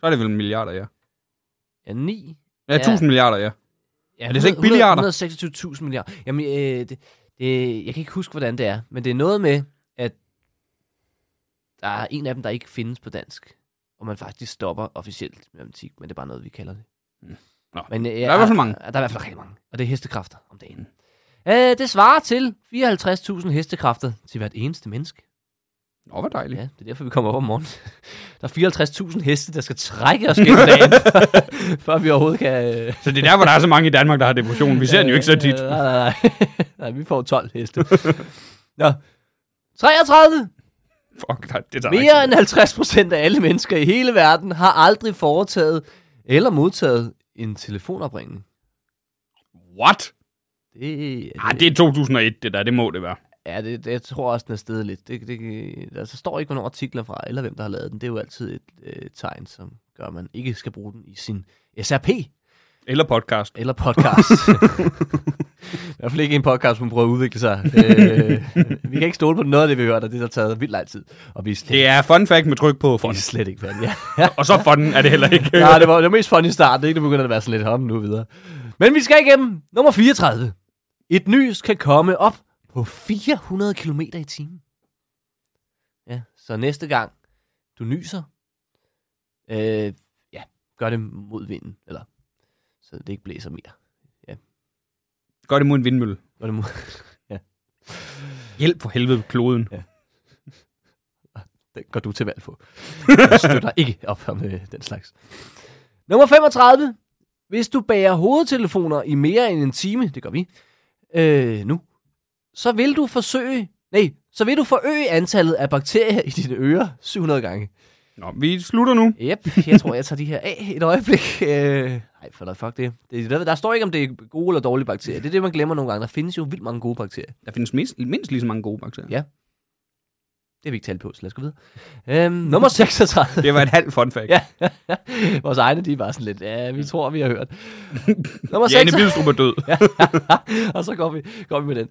Speaker 4: Så er det vel en milliarder, ja.
Speaker 3: Ja, 9.
Speaker 4: Ja,
Speaker 3: Ja.
Speaker 4: 1000 milliarder, ja.
Speaker 3: Ja,
Speaker 4: Er det så ikke
Speaker 3: 100
Speaker 4: billiarder?
Speaker 3: 126.000 milliarder. Jamen, øh, det, det, jeg kan ikke huske, hvordan det er, men det er noget med, at der er en af dem, der ikke findes på dansk, og man faktisk stopper officielt med matematik, men det er bare noget, vi kalder det.
Speaker 4: Mm. Nå,
Speaker 3: Men, øh, der
Speaker 4: i hvert fald mange. Mm.
Speaker 3: Der er i hvert fald rigtig mange, og det er hestekræfter om dagen. Øh, det svarer til 54.000 hestekræfter til hvert eneste menneske.
Speaker 4: Nå, hvor dejligt.
Speaker 3: Ja, det er derfor, vi kommer op om morgenen. Der er 54.000 heste, der skal trække os gennem dagen, før- før vi overhovedet kan... Øh,
Speaker 4: Så det er derfor, der er så mange i Danmark, der har depression. Vi ser den jo ikke så tit.
Speaker 3: Øh, nej, nej, nej. nej, vi får 12 heste. Nå. 33.
Speaker 4: Fuck, nej, det tager
Speaker 3: Mere end 50 procent af alle mennesker i hele verden har aldrig foretaget eller modtaget en telefonopringning.
Speaker 4: What?
Speaker 3: Det, det,
Speaker 4: Ah, det er 2001, det der. Det må det være.
Speaker 3: Ja, det, det, jeg tror også, den er stedet lidt. Det, det, der så står ikke, hvornår artikler fra, eller hvem der har lavet den. Det er jo altid et øh, tegn, som gør, at man ikke skal bruge den i sin SRP
Speaker 4: Eller podcast.
Speaker 3: eller podcast. I hvert fald ikke en podcast, som prøver at udvikle sig. Øh, vi kan ikke stole på noget af det, vi hører, og det har taget vildt lang tid. Og vi er slet,
Speaker 4: Det er fun fact med tryk på
Speaker 3: vi er
Speaker 4: fun.
Speaker 3: slet ikke færdige. Ja.
Speaker 4: Og så fun er det heller ikke.
Speaker 3: Nej, det var det var mest fun i starten, ikke? Nu begynder det at være sådan lidt ham nu videre. Men vi skal igennem nummer 34. Et nys kan komme op på 400 km i timen. Ja, så næste gang du nyser, øh, ja, gør det mod vinden, eller så det ikke blæser mere.
Speaker 4: Gør det mod en vindmølle.
Speaker 3: Gør det mod,
Speaker 4: Hjælp for helvede kloden.
Speaker 3: Den går du til valg på. Jeg støtter ikke op om øh, den slags. Nummer 35. Hvis du bærer hovedtelefoner i mere end en time, det gør vi, øh, nu, så vil du forsøge, nej, så vil du forøge antallet af bakterier i dine ører 700 gange.
Speaker 4: Nå, vi slutter nu.
Speaker 3: Yep, jeg tror, jeg tager de her af et øjeblik. Øh, nej, for da fuck det. det. Der der står ikke, om det er gode eller dårlige bakterier. Det er det, man glemmer nogle gange. Der findes jo vildt mange gode bakterier.
Speaker 4: Der findes mindst, mindst lige så mange gode bakterier.
Speaker 3: Ja. Det har vi ikke talt på, så lad os gå videre. Øhm, nummer 36.
Speaker 4: Det var et halvt fun fact.
Speaker 3: Ja. Vores egne, de er bare sådan lidt, ja, vi tror, vi har hørt. Nummer
Speaker 4: Janne
Speaker 3: 6,
Speaker 4: Bilstrup er død.
Speaker 3: og så går vi, går vi med den.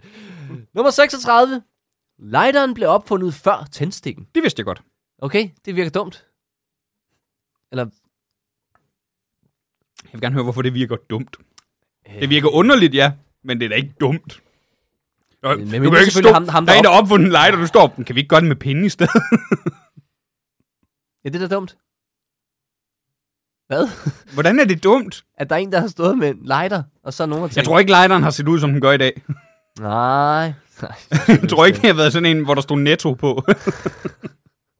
Speaker 3: Nummer 36. Lighteren blev opfundet før tændstikken.
Speaker 4: Det vidste jeg godt.
Speaker 3: Okay, det virker dumt. Eller,
Speaker 4: Jeg vil gerne høre, hvorfor det virker dumt. Det virker underligt, ja, men det er da ikke dumt. Nå,
Speaker 3: men
Speaker 4: du
Speaker 3: det
Speaker 4: kan
Speaker 3: er
Speaker 4: jo ikke
Speaker 3: selvfølgelig
Speaker 4: stå,
Speaker 3: ham- ham,
Speaker 4: der er en,
Speaker 3: der
Speaker 4: der har opfundet en lighter, du står, "Men kan vi ikke gøre det med pinde i stedet?
Speaker 3: ja, det er da dumt. Hvad?
Speaker 4: Hvordan er det dumt?
Speaker 3: At der er en, der har stået med en lighter, og så er nogen, der
Speaker 4: Jeg tror ikke, lighteren har set ud, som den gør i dag.
Speaker 3: Nej. Nej.
Speaker 4: Jeg tror ikke, det har været sådan en, hvor der stod netto på.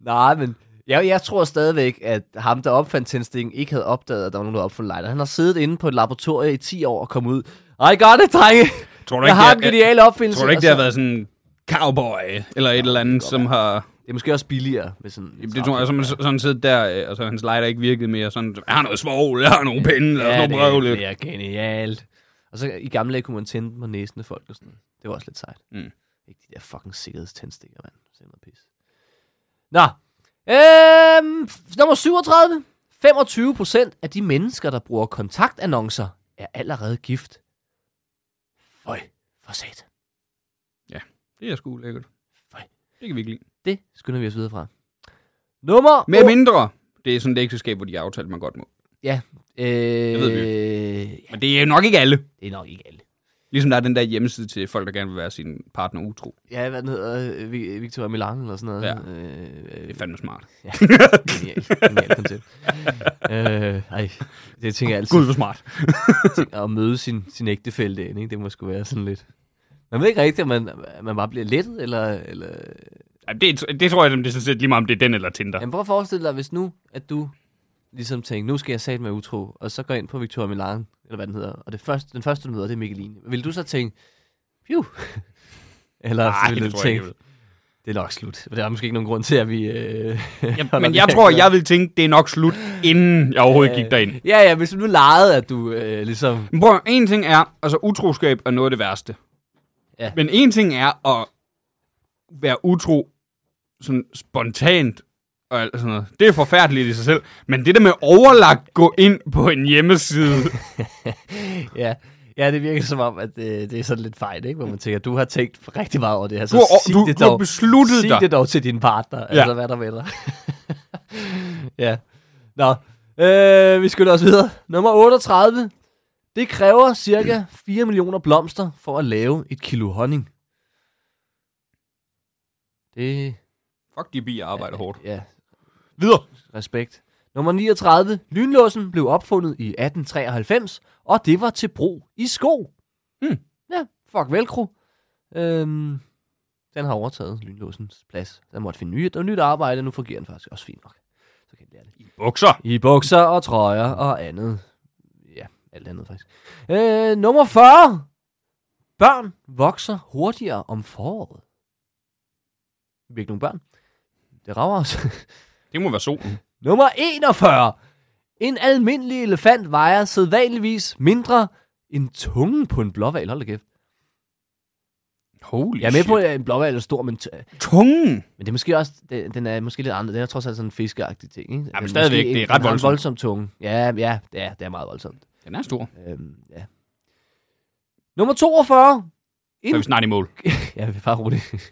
Speaker 3: Nej, men jeg, jeg tror stadigvæk, at ham, der opfandt tændstikken, ikke havde opdaget, at der var nogen, der opfundt lighter. Han har siddet inde på et laboratorie i 10 år og kommet ud. I got it, drenge!
Speaker 4: Tror du
Speaker 3: Jeg
Speaker 4: ikke,
Speaker 3: har en
Speaker 4: det, er-
Speaker 3: genial opfindelse.
Speaker 4: tror du ikke,
Speaker 3: og
Speaker 4: det har
Speaker 3: så-
Speaker 4: været sådan en cowboy, eller et eller andet, som har...
Speaker 3: altså. Det er måske også billigere. Med sådan
Speaker 4: Jamen, Det tror jeg, som man sådan siddet der, øh, og så hans lighter ikke virkede mere. Sådan, jeg har noget svovl, jeg har nogle pinde, jeg har noget
Speaker 3: ja,
Speaker 4: brøvl.
Speaker 3: det, det er genialt. Og så i gamle dage kunne man tænde dem på næsen af folk og sådan noget. Det var også lidt sejt.
Speaker 4: Mm.
Speaker 3: Ikke de der fucking sikkerhedstændstikker, mand. Se noget pis. Nå. Øhm, f- nummer 37. 25 procent af de mennesker, der bruger kontaktannoncer, er allerede gift. Øj, for sat.
Speaker 4: Det er sgu lækkert.
Speaker 3: Fej.
Speaker 4: Det kan vi ikke lide.
Speaker 3: Det skynder vi os videre fra. Nummer
Speaker 4: Med mindre, det er sådan et ægteskab, hvor de har aftalt, man godt må.
Speaker 3: Øh,
Speaker 4: ved vi
Speaker 3: ja,
Speaker 4: Men det er jo nok ikke alle.
Speaker 3: det er nok ikke alle.
Speaker 4: Ligesom der er den der hjemmeside til folk, der gerne vil være sin partner utro.
Speaker 3: Ja, hvad den hedder, øh, Vi- Victoria Milan eller sådan noget.
Speaker 4: Ja.
Speaker 3: Øh,
Speaker 4: Det er fandme smart.
Speaker 3: Genialt, genialt koncept. øh, ej, det tænker jeg altid
Speaker 4: Gud, hvor smart.
Speaker 3: ting, at møde sin, sin ægtefælle derinde, ikke? det må sgu være sådan lidt. Man ved ikke rigtigt, om man, man bare bliver lettet, eller... eller...
Speaker 4: Ej, Det, det tror jeg, det er sådan set lige meget, om det er den eller Tinder.
Speaker 3: Jamen, prøv at forestille dig, hvis nu, at du ligesom tænker, nu skal jeg sat med utro, og så går ind på Victoria Milan, eller hvad den hedder, og det første, den første, du møder, det er Mikkeline. Vil du så tænke, phew, Eller
Speaker 4: Nej, det
Speaker 3: så ville du
Speaker 4: tror jeg ikke,
Speaker 3: tænke,
Speaker 4: jeg vil.
Speaker 3: det er nok slut. For der er måske ikke nogen grund til, at vi... Øh,
Speaker 4: Ja,
Speaker 3: holder
Speaker 4: men jeg
Speaker 3: det
Speaker 4: tror,
Speaker 3: her.
Speaker 4: jeg ville tænke, det er nok slut, inden jeg overhovedet gik derind.
Speaker 3: Øh, Ja, ja, hvis du nu legede, at du øh, ligesom...
Speaker 4: Men prøv, at- en ting er, altså utroskab er noget af det værste.
Speaker 3: Ja.
Speaker 4: Men en ting er at være utro sådan spontant og alt sådan noget. Det er forfærdeligt i sig selv. Men det der med overlagt gå ind på en hjemmeside.
Speaker 3: Ja, ja det virker som om, at øh, det er sådan lidt fejl, ikke? Hvor man tænker, du har tænkt rigtig meget over det her. Så
Speaker 4: Du har,
Speaker 3: sig
Speaker 4: du,
Speaker 3: det
Speaker 4: du
Speaker 3: dog,
Speaker 4: har besluttet
Speaker 3: sig
Speaker 4: dig.
Speaker 3: det dog til din partner. Ja. Altså, hvad der med dig. ja. Nå, øh, vi skynder os videre. Nummer 38. Det kræver cirka 4 millioner blomster for at lave et kilo honning. Det
Speaker 4: Fuck, de bier arbejder hårdt.
Speaker 3: Ja,
Speaker 4: Videre.
Speaker 3: Respekt. Nummer 39. Lynlåsen blev opfundet i 1893, og det var til brug i sko.
Speaker 4: Hmm.
Speaker 3: Ja, fuck velcro. Øhm, den har overtaget lynlåsens plads. Den måtte finde nyt og nyt arbejde, nu fungerer den faktisk også fint nok. Så kan jeg lære det.
Speaker 4: Bukser.
Speaker 3: I bukser og trøjer og andet. Ja, alt andet faktisk. Øh, nummer 40. Børn vokser hurtigere om foråret. Vi er ikke nogen børn. Det rager os.
Speaker 4: Det må være solen.
Speaker 3: Nummer 41. En almindelig elefant vejer sædvanligvis mindre end tungen på en blåval. Hold da kæft.
Speaker 4: Holy
Speaker 3: Jeg er med
Speaker 4: shit.
Speaker 3: på, at en blåval er stor, men, t-
Speaker 4: Tungen.
Speaker 3: men det er måske også, det, den er måske lidt andet. Den er trods alt sådan en fiskeagtig ting. Ikke? Den er
Speaker 4: stadigvæk,
Speaker 3: måske en-
Speaker 4: det er ret
Speaker 3: den har en
Speaker 4: voldsomt.
Speaker 3: voldsom tunge. Ja, ja, det er, det er meget voldsomt.
Speaker 4: Den er stor.
Speaker 3: Øhm, ja. Nummer 42.
Speaker 4: Så er vi snart i mål.
Speaker 3: Ja, vi er bare roligt.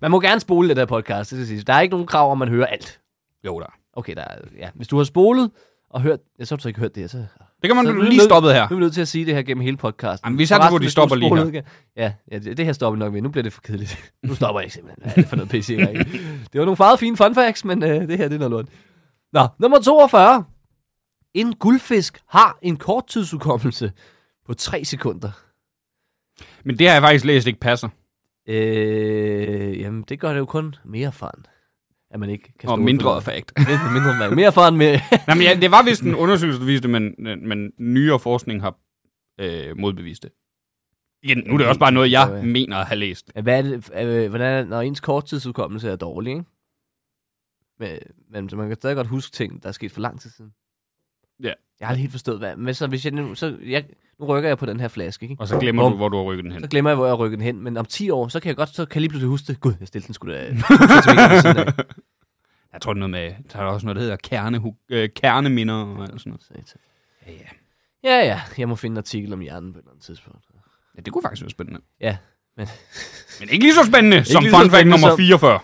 Speaker 3: Man må gerne spole det der podcast, det skal siges. Der er ikke nogen krav om, at man hører alt.
Speaker 4: Jo der.
Speaker 3: Okay, der er, ja. hvis du har spolet og hørt, ja, så har du så ikke hørt det her, så
Speaker 4: Det kan man
Speaker 3: Så er vi
Speaker 4: lige
Speaker 3: nødt-
Speaker 4: stoppet her.
Speaker 3: Nu er vi nødt til at sige det her gennem hele podcasten.
Speaker 4: Jamen, vi satser på, at de
Speaker 3: Forresten, hvis du
Speaker 4: stopper lige
Speaker 3: spoler ud- Ja, ja det, det, her stopper vi nok ved. Nu bliver det for kedeligt. Nu stopper jeg simpelthen. Hvad er det for noget pisse, jeg ikke? Det var nogle meget fine fun facts, men øh, det her det er noget lort. Nå, nummer 42. En guldfisk har en korttidsudkommelse på 3 sekunder.
Speaker 4: Men det har jeg faktisk læst ikke passer.
Speaker 3: Øh, jamen, det gør det jo kun mere erfaren. At man ikke kan
Speaker 4: Og
Speaker 3: stole på
Speaker 4: mindre
Speaker 3: det.
Speaker 4: effekt.
Speaker 3: Lidt mindre erfaren. Mere erfaren, mere...
Speaker 4: Nej, men ja, det var vist en undersøgelse, der viste det, men, men nyere forskning har øh, modbevist det. Igen, nu er det også bare noget, jeg
Speaker 3: Ja.
Speaker 4: mener at have læst.
Speaker 3: Hvad er det, øh, hvordan, når ens korttidsudkommelse er dårlig, ikke? Men, men så man kan stadig godt huske ting, der er sket for lang tid siden.
Speaker 4: Ja.
Speaker 3: Jeg har aldrig helt forstået, hvad... Men så, hvis jeg nu, så jeg, nu rykker jeg på den her flaske, ikke?
Speaker 4: Og så glemmer
Speaker 3: Hvor-
Speaker 4: du, hvor du har rykket den hen.
Speaker 3: Så glemmer jeg, hvor jeg rykker den hen. Men om 10 år, så kan jeg godt så kan jeg lige pludselig huske det. Gud, jeg stillede den sgu da... øh, centimeter ved siden af.
Speaker 4: Jeg tror, det er noget med, der er også noget, der hedder kerne, øh, kerneminder og alt sådan noget.
Speaker 3: Satan.
Speaker 4: Ja, ja.
Speaker 3: ja, ja. Jeg må finde en artikel om hjernen på et eller andet tidspunkt.
Speaker 4: ja, det kunne faktisk være spændende.
Speaker 3: Ja, men...
Speaker 4: Men ikke lige så spændende som
Speaker 3: lige så
Speaker 4: fun fact
Speaker 3: spændende
Speaker 4: nummer
Speaker 3: som-
Speaker 4: 44.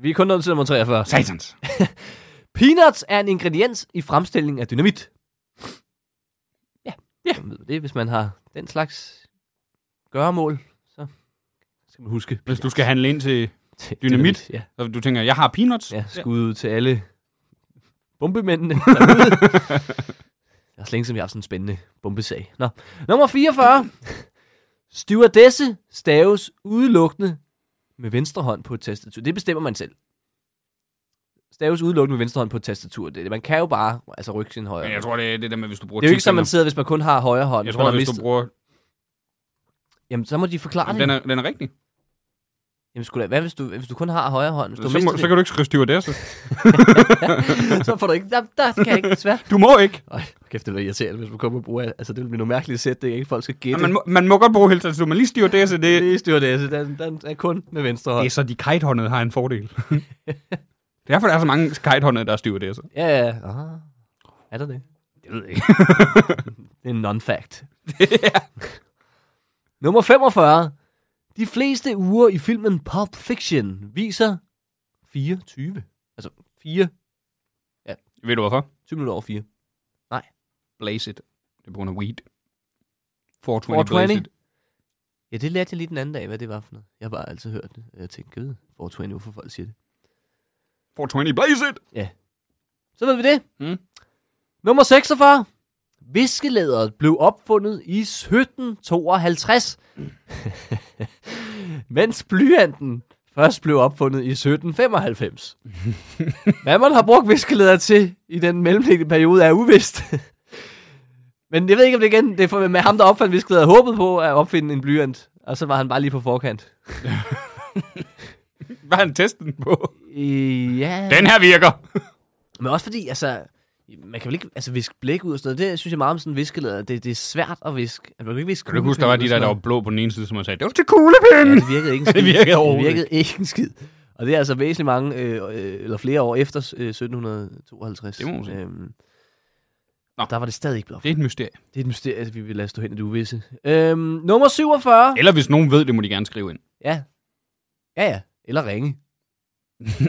Speaker 3: Vi er kun nået til nummer 43.
Speaker 4: Satans.
Speaker 3: Peanuts er en ingrediens i fremstillingen af dynamit. Ja, ja. Man ved det, hvis man har den slags gøremål, så skal man huske.
Speaker 4: Hvis du skal handle ind til,
Speaker 3: Til
Speaker 4: Dynamit?
Speaker 3: Ja,
Speaker 4: så du tænker, jeg har peanuts.
Speaker 3: ja skud ud til alle bombemændene derude. Det er også længe, som vi har haft sådan en spændende bombesag. Nå. Nummer 44. Stewardesse staves udelukkende med venstre hånd på et tastatur. Det bestemmer man selv. Staves udelukkende med venstre hånd på et tastatur. Det, man kan jo bare altså, rykke sin højre.
Speaker 4: Men jeg tror, det er det der med, hvis du bruger
Speaker 3: Det er jo ikke
Speaker 4: ti
Speaker 3: som, man
Speaker 4: fingre.
Speaker 3: sidder, hvis man kun har højre hånd.
Speaker 4: Jeg
Speaker 3: man
Speaker 4: tror,
Speaker 3: har
Speaker 4: hvis du
Speaker 3: mistet-
Speaker 4: bruger...
Speaker 3: Jamen, så må de forklare det.
Speaker 4: Den er, den er rigtig.
Speaker 3: Jamen, sgu da, hvad hvis du, hvis du kun har højre hånd? Hvis du
Speaker 4: Så, må,
Speaker 3: mister
Speaker 4: så kan du ikke skrive stewardesse.
Speaker 3: det, så får du ikke... Der, der kan jeg ikke svært.
Speaker 4: Du må ikke.
Speaker 3: Ej, kæft, det bliver irriterende, hvis man kommer og bruger... Altså, det vil blive nogle mærkelige sæt, det er ikke folk skal
Speaker 4: Ja,
Speaker 3: gætte.
Speaker 4: man, må, man må godt bruge hele tiden, men lige stewardesse, det,
Speaker 3: det er stewardesse, den, den er kun med venstre
Speaker 4: Det er
Speaker 3: hånd.
Speaker 4: så, de kitehåndede har en fordel. Det er derfor, der er så mange kitehåndede, der er stewardesser.
Speaker 3: Ja, ja. Aha. Er der det?
Speaker 4: Det ved jeg ikke.
Speaker 3: Det er en non-fact. Nummer 45. De fleste uger i filmen Pulp Fiction viser 24. Altså 4.
Speaker 4: Ved du hvorfor?
Speaker 3: 20 minutter over 4.
Speaker 4: Blaze it. Det er på grund af weed. 420,
Speaker 3: 420?
Speaker 4: blaze it.
Speaker 3: Ja, det lærte jeg lige den anden dag, hvad det var for noget. Jeg har bare altid hørt det. og Jeg tænkte, gud, hvor tror jeg hvorfor folk siger det.
Speaker 4: 420, blaze it!
Speaker 3: Så ved vi det.
Speaker 4: Mm.
Speaker 3: Nummer 46. Viskelæderet blev opfundet i 1752.
Speaker 4: Mm.
Speaker 3: Mens blyanten først blev opfundet i 1795. Hvad man har brugt viskelæder til i den mellemliggende periode er uvist. Men jeg ved ikke, om det igen det er for, med ham, der opfandt viskelæder, håbet på at opfinde en blyant. Og så var han bare lige på forkant.
Speaker 4: Hvad har han testet den på?
Speaker 3: Øh, ja.
Speaker 4: Den her virker.
Speaker 3: Men også fordi, altså, man kan vel ikke altså, viske blæk ud og sådan noget. Det synes jeg meget om sådan en viskelæder. Det, det er svært at viske. Altså, man kan ikke viske
Speaker 4: Kan du ikke huske, der var de
Speaker 3: kuglepind
Speaker 4: der,
Speaker 3: ud
Speaker 4: der
Speaker 3: og
Speaker 4: var
Speaker 3: sådan
Speaker 4: blå på den ene side, som man sagde, det var til kuglepind!
Speaker 3: noget. Ja, det virkede ikke en skid.
Speaker 4: Det virkede overhovedet
Speaker 3: Det virkede ikke en skid. Og det er altså væsentligt mange, øh, øh, eller flere år efter øh, 1752.
Speaker 4: Det må man sige.
Speaker 3: Øhm,
Speaker 4: Nå.
Speaker 3: Nå. Der var det stadig ikke blot.
Speaker 4: Det er et mysterie.
Speaker 3: Det er et mysterie, vi vil lade stå hen i det uvisse. Øhm, nummer 47.
Speaker 4: Eller hvis nogen ved det, må de gerne skrive ind.
Speaker 3: Ja. Ja, ja. Eller ringe.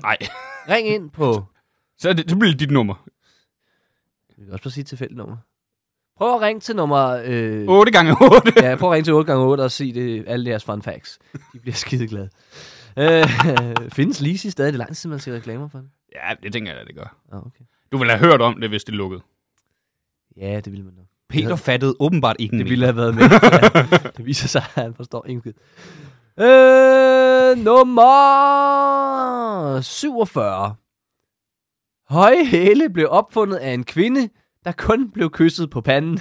Speaker 4: Nej,
Speaker 3: Ring ind på...
Speaker 4: så, er det, så bliver det dit nummer.
Speaker 3: Vi kan også bare sige et tilfældigt nummer. Prøv at ringe til nummer... Øh,
Speaker 4: 8 gange 8.
Speaker 3: Ja, prøv at ringe til 8 gange 8 og sige det, alle jeres fun facts. De bliver skideglade. Øh, findes Lisi stadig? Det er lang tid, siden, man ser reklamer for den.
Speaker 4: Ja, det tænker jeg, at det gør.
Speaker 3: Ah, okay.
Speaker 4: Du ville have hørt om det, hvis det lukkede.
Speaker 3: Ja, det ville man nok.
Speaker 4: Peter fattede åbenbart ikke
Speaker 3: Det ville have været med. Ja, det viser sig, at han forstår ingen skid. Øh, nummer 47. Høje hæle blev opfundet af en kvinde, der kun blev kysset på panden.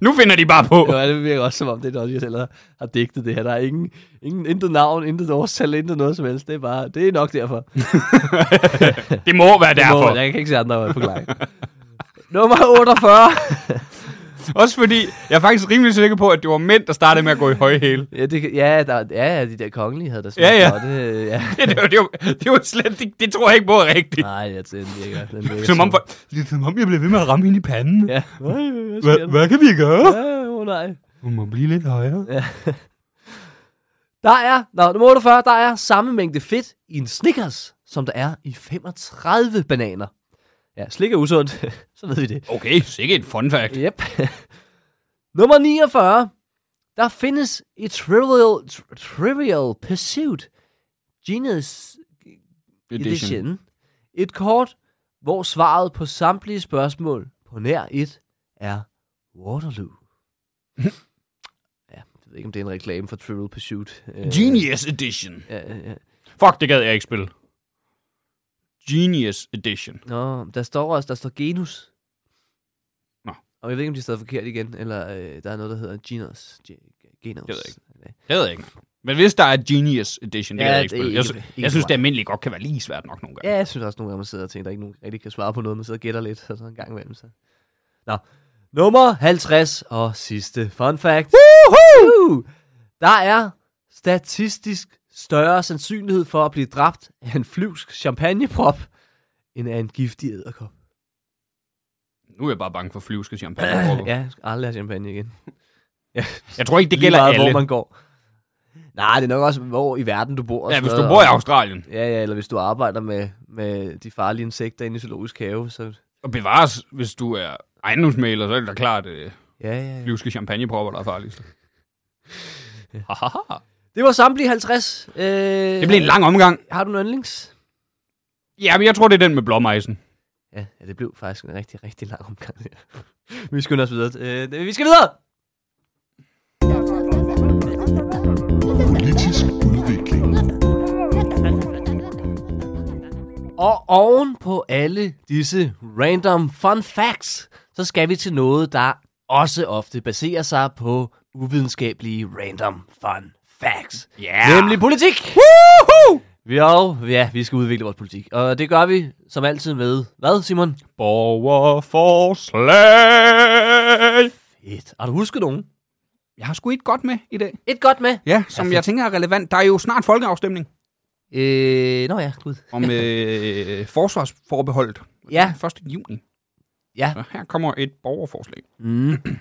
Speaker 4: Nu finder de bare på.
Speaker 3: Ja, det virker også som om, det er noget, jeg selv har, har digtet det her. Der er ingen, ingen, intet navn, intet årstal, intet noget som helst. Det er, bare, det er nok derfor.
Speaker 4: Det må være
Speaker 3: Derfor.
Speaker 4: derfor.
Speaker 3: Må, jeg kan ikke se andre øh, forklaringer. Nummer 48.
Speaker 4: Også fordi, jeg er faktisk rimelig sikker på, at det var mænd, der startede med at gå i høje hæle.
Speaker 3: Ja, det, kan- ja, der, ja, ja, de der kongelige havde der
Speaker 4: Ja, ja.
Speaker 3: Godt, øh, ja.
Speaker 4: Det, det, var, det, var, det var slet det, det tror jeg ikke på er rigtigt.
Speaker 3: Nej, jeg tænker, den virker. Den virker
Speaker 4: Som om,
Speaker 3: sådan.
Speaker 4: det er som om jeg bliver ved med at ramme hende i panden.
Speaker 3: Ja. Nej,
Speaker 4: Hva,
Speaker 3: hvad sker der?
Speaker 4: hvad kan vi gøre?
Speaker 3: Ja, åh, nej.
Speaker 4: Hun må blive lidt højere.
Speaker 3: Ja. Der er, nå, nummer 48, der er samme mængde fedt i en Snickers, som der er i 35 bananer. Ja, slik er usundt, så ved vi det.
Speaker 4: Okay, sikkert et fun fact.
Speaker 3: Yep. Nummer 49. Der findes i Trivial, tr- trivial Pursuit Genius Edition. Edition et kort, hvor svaret på samtlige spørgsmål på nær et er Waterloo. ja, jeg ved ikke, om det er en reklame for Trivial Pursuit. Øh,
Speaker 4: Genius Edition.
Speaker 3: Ja, ja, ja.
Speaker 4: Fuck, det gad jeg ikke spille. Genius Edition.
Speaker 3: Nå, der står også, der står genus.
Speaker 4: Nå.
Speaker 3: Og jeg ved ikke, om de står forkert igen, eller øh, der er noget, der hedder genus. Ge- genus.
Speaker 4: ved jeg Det ved jeg ikke. Men hvis der er Genius Edition, det
Speaker 3: Ja,
Speaker 4: ja, jeg ikke
Speaker 3: det er
Speaker 4: spille. Jeg,
Speaker 3: ikke-
Speaker 4: sy-
Speaker 3: ikke
Speaker 4: jeg synes,
Speaker 3: for mig.
Speaker 4: det almindeligt godt kan være lige svært nok nogle gange.
Speaker 3: Ja, jeg synes også nogle gange, man sidder og tænker, der er ikke nogen rigtig kan svare på noget, man sidder og gætter lidt, og så en gang imellem. Så. Nå, nummer 50 og sidste fun fact. Woohoo! Der er statistisk større sandsynlighed for at blive dræbt af en flyvsk champagneprop, end af en giftig æderkop.
Speaker 4: Nu er jeg bare bange for flyvske champagne.
Speaker 3: Ja, jeg skal aldrig have champagne igen.
Speaker 4: Jeg tror ikke, det
Speaker 3: Lige
Speaker 4: gælder
Speaker 3: meget,
Speaker 4: alle.
Speaker 3: hvor man går. Nej, det er nok også, hvor i verden du bor. og
Speaker 4: Ja,
Speaker 3: sådan
Speaker 4: hvis du
Speaker 3: noget,
Speaker 4: bor i
Speaker 3: og-
Speaker 4: Australien
Speaker 3: Ja, ja, eller hvis du arbejder med, med de farlige insekter inde i zoologisk have, så...
Speaker 4: og bevares, hvis du er ejendomsmaler, så er det da klart øh,
Speaker 3: Ja, ja, ja.
Speaker 4: flyvske champagnepropper, der er farligst. Hahaha.
Speaker 3: Det var samtlige 50. Øh, det
Speaker 4: det blev en lang omgang.
Speaker 3: Har du en yndlings?
Speaker 4: Ja, men jeg tror, det er den med blåmejsen.
Speaker 3: Ja, ja, det blev faktisk en rigtig, rigtig lang omgang. det her. vi skynder os videre. Øh, det- vi skal videre!
Speaker 5: Politisk udvikling.
Speaker 3: Og oven på alle disse random fun facts, så skal vi til noget, der også ofte baserer sig på uvidenskabelige random fun facts.
Speaker 4: Ja.
Speaker 3: Nemlig politik! Woohoo! Vi, og, ja, vi skal udvikle vores politik. Og det gør vi som altid med, hvad Simon?
Speaker 4: Borgerforslag.
Speaker 3: Et. Har du husket nogen?
Speaker 4: Jeg har sgu et godt med i dag.
Speaker 3: Et godt med.
Speaker 4: Ja, som jeg tænker er relevant. Der er jo snart folkeafstemning
Speaker 3: Øh, nå ja, gud.
Speaker 4: om øh, forsvarsforbeholdet.
Speaker 3: Ja.
Speaker 4: 1. juni.
Speaker 3: Ja.
Speaker 4: Så her kommer et borgerforslag.
Speaker 3: Mm.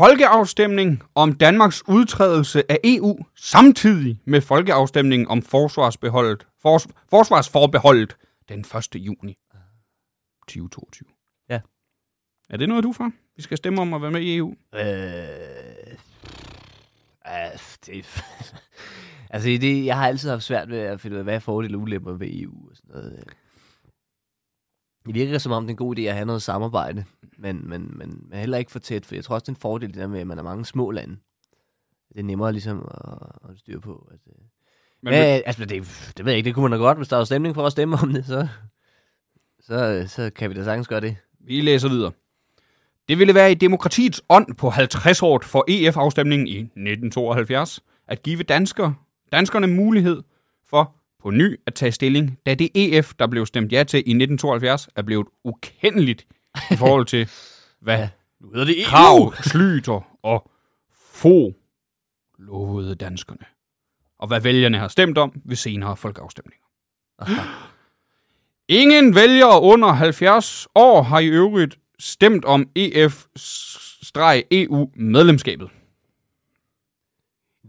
Speaker 4: Folkeafstemning om Danmarks udtrædelse af EU samtidig med folkeafstemningen om forsvarsbeholdet, fors, forsvarsforbeholdet den 1. juni 2022.
Speaker 3: Ah. Ja.
Speaker 4: Er det noget, du er for? Vi skal stemme om at være med i E EU.
Speaker 3: Øh, øh, det, altså, det, jeg har altid haft svært ved at finde ud af, hvad er fordele og ulemper ved EU og sådan noget. øh. Det virker som om, det er en god idé at have noget samarbejde, men, men, men, men heller ikke for tæt, for jeg tror også, det er en fordel, det der med, at man er mange små lande. Det er nemmere ligesom at, at styre på. At, øh.
Speaker 4: Men,
Speaker 3: men, men, altså, det, det ved jeg ikke, det kunne man da godt, hvis der var stemning for at stemme om det, så, så, så kan vi da sagtens gøre det.
Speaker 4: Vi læser videre. Det ville være i demokratiets ånd på 50 år for EF-afstemningen i 1972 at give danskere, danskerne mulighed for på ny at tage stilling, da det EF, der blev stemt ja til i 1972, er blevet ukendeligt i forhold til, hvad
Speaker 3: Nu hedder det E EU.
Speaker 4: Krav, Slyter og få lovede danskerne. Og hvad vælgerne har stemt om ved senere folkeafstemninger. Ingen vælgere under 70 år har i øvrigt stemt om E EF-EU-medlemskabet.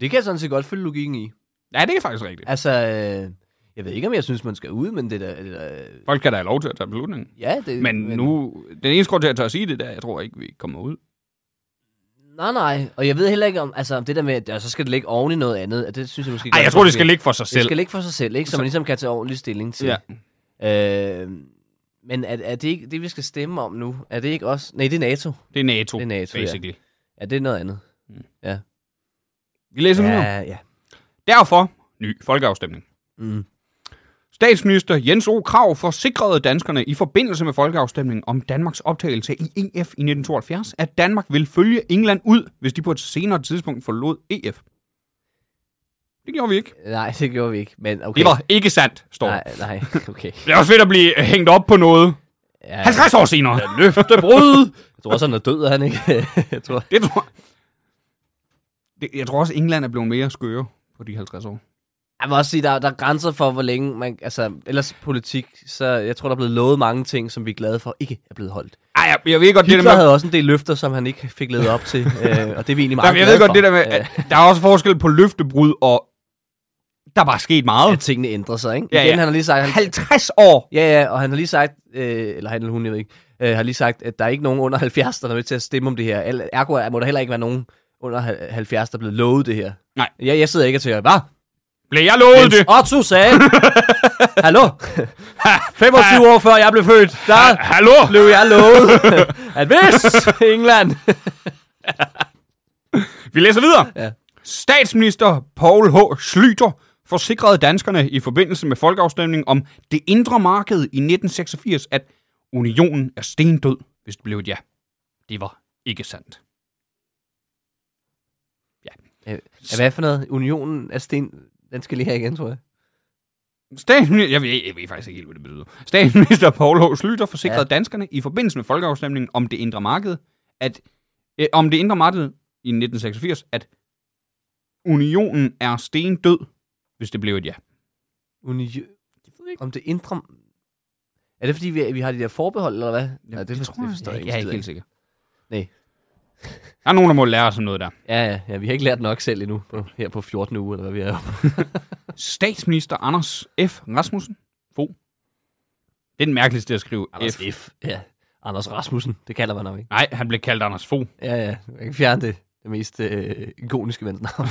Speaker 3: Det kan jeg sådan set godt følge logikken i.
Speaker 4: Ja, det er faktisk rigtigt.
Speaker 3: Altså, øh, jeg ved ikke, om jeg synes, man skal ud, men det der... Det der øh,
Speaker 4: Folk kan da have lov til at tage beslutningen.
Speaker 3: ja, det,
Speaker 4: Men nu, den eneste grund til, at jeg tør at sige det, der, jeg tror ikke, vi kommer ud.
Speaker 3: Nej, nej. Og jeg ved heller ikke, om, altså, om det der med, at ja, så skal det ligge oven i noget andet. og Det synes jeg måske
Speaker 4: Nej,
Speaker 3: godt,
Speaker 4: jeg tror, det
Speaker 3: man
Speaker 4: skal ligge for sig
Speaker 3: Det
Speaker 4: selv.
Speaker 3: skal ligge for sig selv, ikke? Så man ligesom kan tage ordentlig stilling til.
Speaker 4: Ja.
Speaker 3: Øh, men er, er det ikke det, vi skal stemme om nu? Er det ikke også... Nej, det er NATO.
Speaker 4: Det er NATO,
Speaker 3: Det er NATO, ja.
Speaker 4: basically.
Speaker 3: Ja, det er noget andet.
Speaker 4: Vi læser videre.
Speaker 3: Ja, ja.
Speaker 4: Derfor ny folkeafstemning.
Speaker 3: Mm.
Speaker 4: Statsminister Jens O. Krav forsikrede danskerne i forbindelse med folkeafstemningen om Danmarks optagelse i EF i 1972, at Danmark ville følge England ud, hvis de på et senere tidspunkt forlod EF. Det gjorde vi ikke.
Speaker 3: Nej, det gjorde vi ikke. Men okay.
Speaker 4: Det var ikke sandt, står der.
Speaker 3: Nej, nej, okay.
Speaker 4: Det er også fedt at blive øh, hængt op på noget.
Speaker 3: Ja,
Speaker 4: 50 år senere. Løftebrud.
Speaker 3: jeg tror også, han er død, er han ikke? jeg tror...
Speaker 4: Det tror jeg. Det, jeg tror også, England er blevet mere skøre på de 50 år.
Speaker 3: Jeg vil også sige, der, der er grænser for, hvor længe man... Altså, ellers politik, så jeg tror, der er blevet lovet mange ting, som vi er glade for, ikke er blevet holdt.
Speaker 4: Ej, jeg, jeg ved godt, det
Speaker 3: Hitler
Speaker 4: der med,
Speaker 3: havde også en del løfter, som han ikke fik levet op til, øh, og det er vi egentlig
Speaker 4: Jamen,
Speaker 3: meget
Speaker 4: jeg ved
Speaker 3: glade
Speaker 4: godt
Speaker 3: for,
Speaker 4: det der med,
Speaker 3: øh,
Speaker 4: at der er også forskel på løftebrud og... Der er bare sket meget.
Speaker 3: at tingene ændrer sig, ikke?
Speaker 4: Ja,
Speaker 3: Igen,
Speaker 4: ja.
Speaker 3: han har lige sagt... Han,
Speaker 4: 50 år!
Speaker 3: ja, ja, og han har lige sagt, øh, eller han eller hun, jeg ved ikke, øh, har lige sagt, at der er ikke nogen under 70, der er med til at stemme om det her. Al- Ergo er- må der heller ikke være nogen under hal- 70, der er blevet lovet det her.
Speaker 4: Nej.
Speaker 3: Jeg, jeg sidder ikke og tænker, hvad?
Speaker 4: Blev jeg lovet det?
Speaker 3: Jens Otto sagde, hallo, 25 år før jeg blev født, der
Speaker 4: Hallo?
Speaker 3: blev jeg lovet, at hvis England...
Speaker 4: Vi læser videre.
Speaker 3: Ja.
Speaker 4: Statsminister Paul H. Slyter forsikrede danskerne i forbindelse med folkeafstemningen om det indre marked i 1986, at unionen er stendød, hvis det blev et ja. Det var ikke sandt.
Speaker 3: Ja, hvad for noget? Unionen af sten... Den skal lige her igen, tror jeg.
Speaker 4: Statsminister, jeg, ved, jeg ved faktisk ikke helt, hvad det betyder. Statsminister Paul H. Slytter forsikrede ja.
Speaker 3: Ja.
Speaker 4: danskerne i forbindelse med folkeafstemningen om det indre marked, at øh, om det indre marked i 1986, at unionen er stendød, hvis det blev et ja.
Speaker 3: Unio... Om det indre... Er det fordi, vi, vi har de der forbehold, eller hvad? Nej, det, forstår, det forstår
Speaker 4: jeg,
Speaker 3: jeg,
Speaker 4: jeg er ikke
Speaker 3: gider
Speaker 4: helt sikker.
Speaker 3: Nej.
Speaker 4: Der er nogen, der må lære sådan noget der.
Speaker 3: Ja, ja, ja, vi har ikke lært nok selv endnu, på, her på 14. uge, eller hvad vi er oppe.
Speaker 4: Statsminister Anders F. Rasmussen. Fo. Det er den mærkeligste at skrive Anders F.
Speaker 3: F. Ja. Anders Rasmussen, det kalder man ham ikke.
Speaker 4: Nej, han blev kaldt Anders Fo.
Speaker 3: Ja, ja, jeg kan fjerne det, det mest øh, ikoniske venstnavn.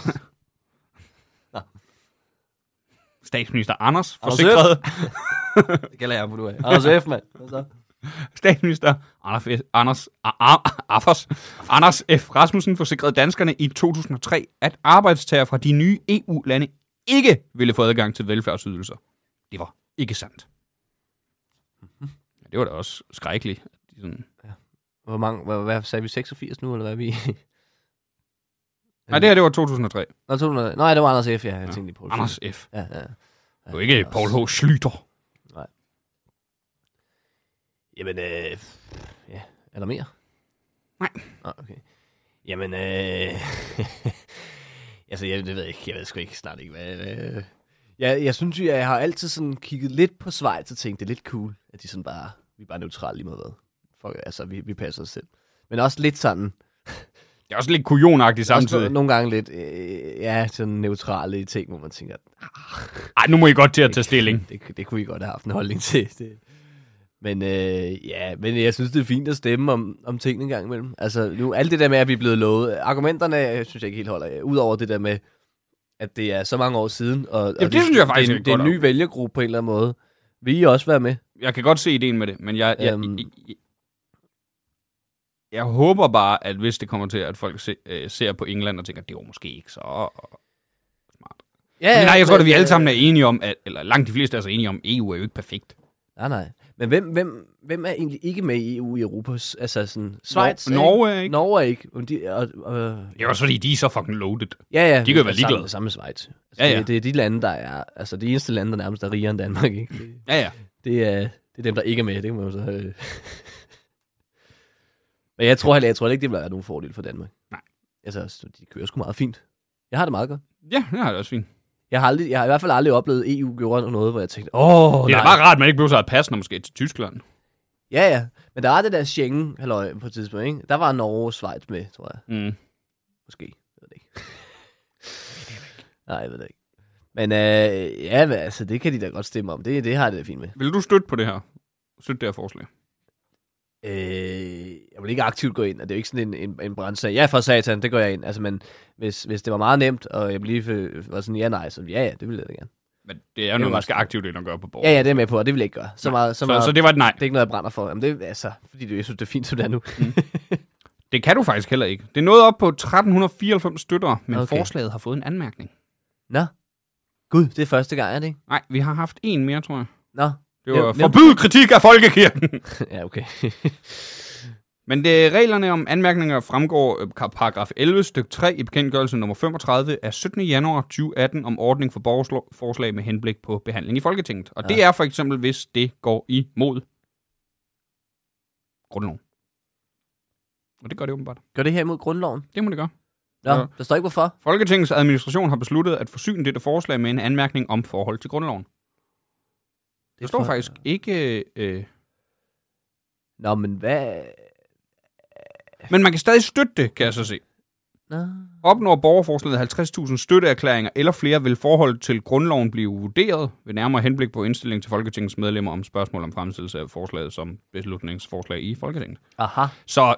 Speaker 4: Statsminister Anders
Speaker 3: Anders F.
Speaker 4: forsikrede
Speaker 3: det kalder jeg ham, du af. Anders F, mand. Hvad så?
Speaker 4: Statsminister Anders, F. Anders, A- A- Afers, Anders F. Rasmussen forsikrede danskerne i 2003, at arbejdstager fra de nye EU-lande ikke ville få adgang til velfærdsydelser. Det var ikke sandt. Ja, det var da også skrækkeligt. at de sådan-
Speaker 3: Hvor mange, hvad, hvad sagde vi, 86 nu, eller hvad er vi?
Speaker 4: Nej, det her det var 2003.
Speaker 3: Nå, 200, nej, det var Anders F, ja, jeg tænkte lige på. det.
Speaker 4: Anders F.
Speaker 3: Ja, ja.
Speaker 4: Det var ikke Paul H. Slyter.
Speaker 3: Jamen, øh, ja, er der mere?
Speaker 4: Nej.
Speaker 3: Nå, okay. Jamen, øh, altså, jeg, det ved jeg ikke, jeg ved sgu ikke snart ikke, hvad... Øh. Jeg, jeg synes, jo, jeg har altid sådan kigget lidt på Schweiz og tænkt, det er lidt cool, at de sådan bare, vi er bare neutrale lige med hvad. Fuck, altså, vi, vi passer os selv. Men også lidt sådan,
Speaker 4: Det er også lidt kujonagtigt
Speaker 3: Også
Speaker 4: samtidig.
Speaker 3: nogle gange lidt, øh, ja, sådan neutrale i ting, hvor man tænker,
Speaker 4: Ej, nu må I godt til at tage stilling.
Speaker 3: det, det kunne vi godt have haft en holdning til. Det. Men øh, ja, men jeg synes, det er fint at stemme om, om tingene en gang imellem. Altså, nu, alt det der med, at vi er blevet lovet, argumenterne, jeg synes jeg ikke helt holder. Udover det der med, at det er så mange år siden, og, og
Speaker 4: det synes jeg faktisk
Speaker 3: det,
Speaker 4: er
Speaker 3: er en- det er en
Speaker 4: godt
Speaker 3: ny vælgergruppe på en eller anden måde. Vil I også være med?
Speaker 4: Jeg kan godt se ideen med det, men jeg, jeg,
Speaker 3: Øhm.
Speaker 4: jeg, jeg, jeg håber bare, at hvis det kommer til, at folk se, øh, ser på England og tænker, det var måske ikke så...
Speaker 3: Ja, Øh,
Speaker 4: E Men nej, jeg tror, at vi alle sammen er enige om, at, eller langt de fleste er så enige om, at EU er jo ikke perfekt.
Speaker 3: Nej, nej. Men hvem, hvem, hvem er egentlig ikke med i EU i Europa? Altså sådan, Schweiz? er
Speaker 4: Nor- Norge er
Speaker 3: ikke?
Speaker 4: ikke.
Speaker 3: Norge er ikke. Men de, og, og,
Speaker 4: Det er også fordi, de er så fucking loaded.
Speaker 3: ja, ja,
Speaker 4: kan jo være
Speaker 3: samme-
Speaker 4: ligeglade.
Speaker 3: Samme med Schweiz. Altså,
Speaker 4: Ja, ja.
Speaker 3: Det, det, er de lande, der er... Altså, de eneste lande, der nærmest er rigere end Danmark, ikke? Det,
Speaker 4: Ja, ja.
Speaker 3: det, er, det er dem, der ikke er med. Det kan man jo så... Øh. Men jeg tror heller jeg tror ikke, det vil være nogen fordel for Danmark.
Speaker 4: Nej.
Speaker 3: Altså, så de kører sgu meget fint. Jeg har det meget godt.
Speaker 4: Ja, ja, det er også fint.
Speaker 3: Jeg har, aldrig, jeg har i hvert fald aldrig oplevet EU gøre noget, hvor jeg tænkte, åh,
Speaker 4: Det er
Speaker 3: nej.
Speaker 4: da bare rart, at man ikke blev så et pas, når man skal til Tyskland.
Speaker 3: Ja, ja. Men der var det der Schengen, halløj, på et tidspunkt, ikke? Der var Norge og Schweiz med, tror jeg.
Speaker 4: Mm.
Speaker 3: Måske. Jeg ved det ikke. Nej, jeg ved det ikke. Men øh, ja, men, altså, det kan de da godt stemme om. Det, det har jeg det da fint med.
Speaker 4: Vil du støtte på det her? Støtte det her forslag?
Speaker 3: Øh, jeg vil ikke aktivt gå ind, og det er jo ikke sådan en, en, en brændsag. Ja, for satan, det går jeg ind. Altså, men hvis, hvis det var meget nemt, og jeg lige øh, var sådan, ja, nej, så ja, ja, det ville jeg da gerne.
Speaker 4: Men det er jo noget, man
Speaker 3: også-
Speaker 4: skal aktivt ind og gøre på borg.
Speaker 3: Ja, ja, det er jeg med på, og det vil jeg ikke gøre. Så meget, så, meget,
Speaker 4: Så, så det var et nej.
Speaker 3: det er ikke noget, jeg brænder for. Jamen, det, er- altså, fordi det, jeg synes, det er fint, som det er nu.
Speaker 4: Det kan du faktisk heller ikke. Det er noget op på 1394 støtter, men
Speaker 3: Okay.
Speaker 4: okay. forslaget har fået en anmærkning.
Speaker 3: Nå. Gud, det er første gang, er det ikke?
Speaker 4: Nej, vi har haft en mere, tror jeg.
Speaker 3: Nå.
Speaker 4: Det var
Speaker 3: Nævn- nævn-
Speaker 4: forbyd kritik af folkekirken.
Speaker 3: ja, okay.
Speaker 4: Men det, reglerne om anmærkninger fremgår øh, ka- paragraf 11 stykke 3 i bekendtgørelse nummer 35 af 17. januar 2018 om ordning for borgerforslag med henblik på behandling i Folketinget. Og ja. det er for eksempel, hvis det går imod grundloven. Og det gør det åbenbart.
Speaker 3: Gør det her imod grundloven?
Speaker 4: Det må det gøre.
Speaker 3: Nå,
Speaker 4: Ja.
Speaker 3: der står ikke hvorfor.
Speaker 4: Folketingets administration har besluttet at forsyne dette forslag med en anmærkning om forhold til grundloven. Det
Speaker 3: er
Speaker 4: står
Speaker 3: for-
Speaker 4: faktisk ikke... Øh,
Speaker 3: Nå, men hvad...
Speaker 4: men man kan stadig støtte det, kan jeg så se.
Speaker 3: Nå.
Speaker 4: Opnår borgerforslaget 50.000 støtteerklæringer eller flere, vil forholdet til grundloven blive vurderet ved nærmere henblik på indstilling til Folketingets medlemmer om spørgsmål om fremsættelse af forslaget som beslutningsforslag i Folketinget.
Speaker 3: Aha.
Speaker 4: Så